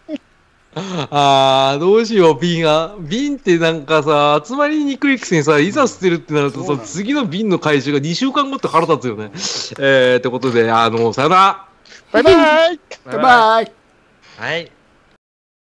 あーどうしよう、瓶が。瓶ってなんかさ、集まりにくいくせにさ、いざ捨てるってなると
そう
さ
な、の
次の瓶の回収が2週間後って腹立つよね。えー、ってことで、あの、さよな
バイバイ
ら。
バイバイ
イ。はい。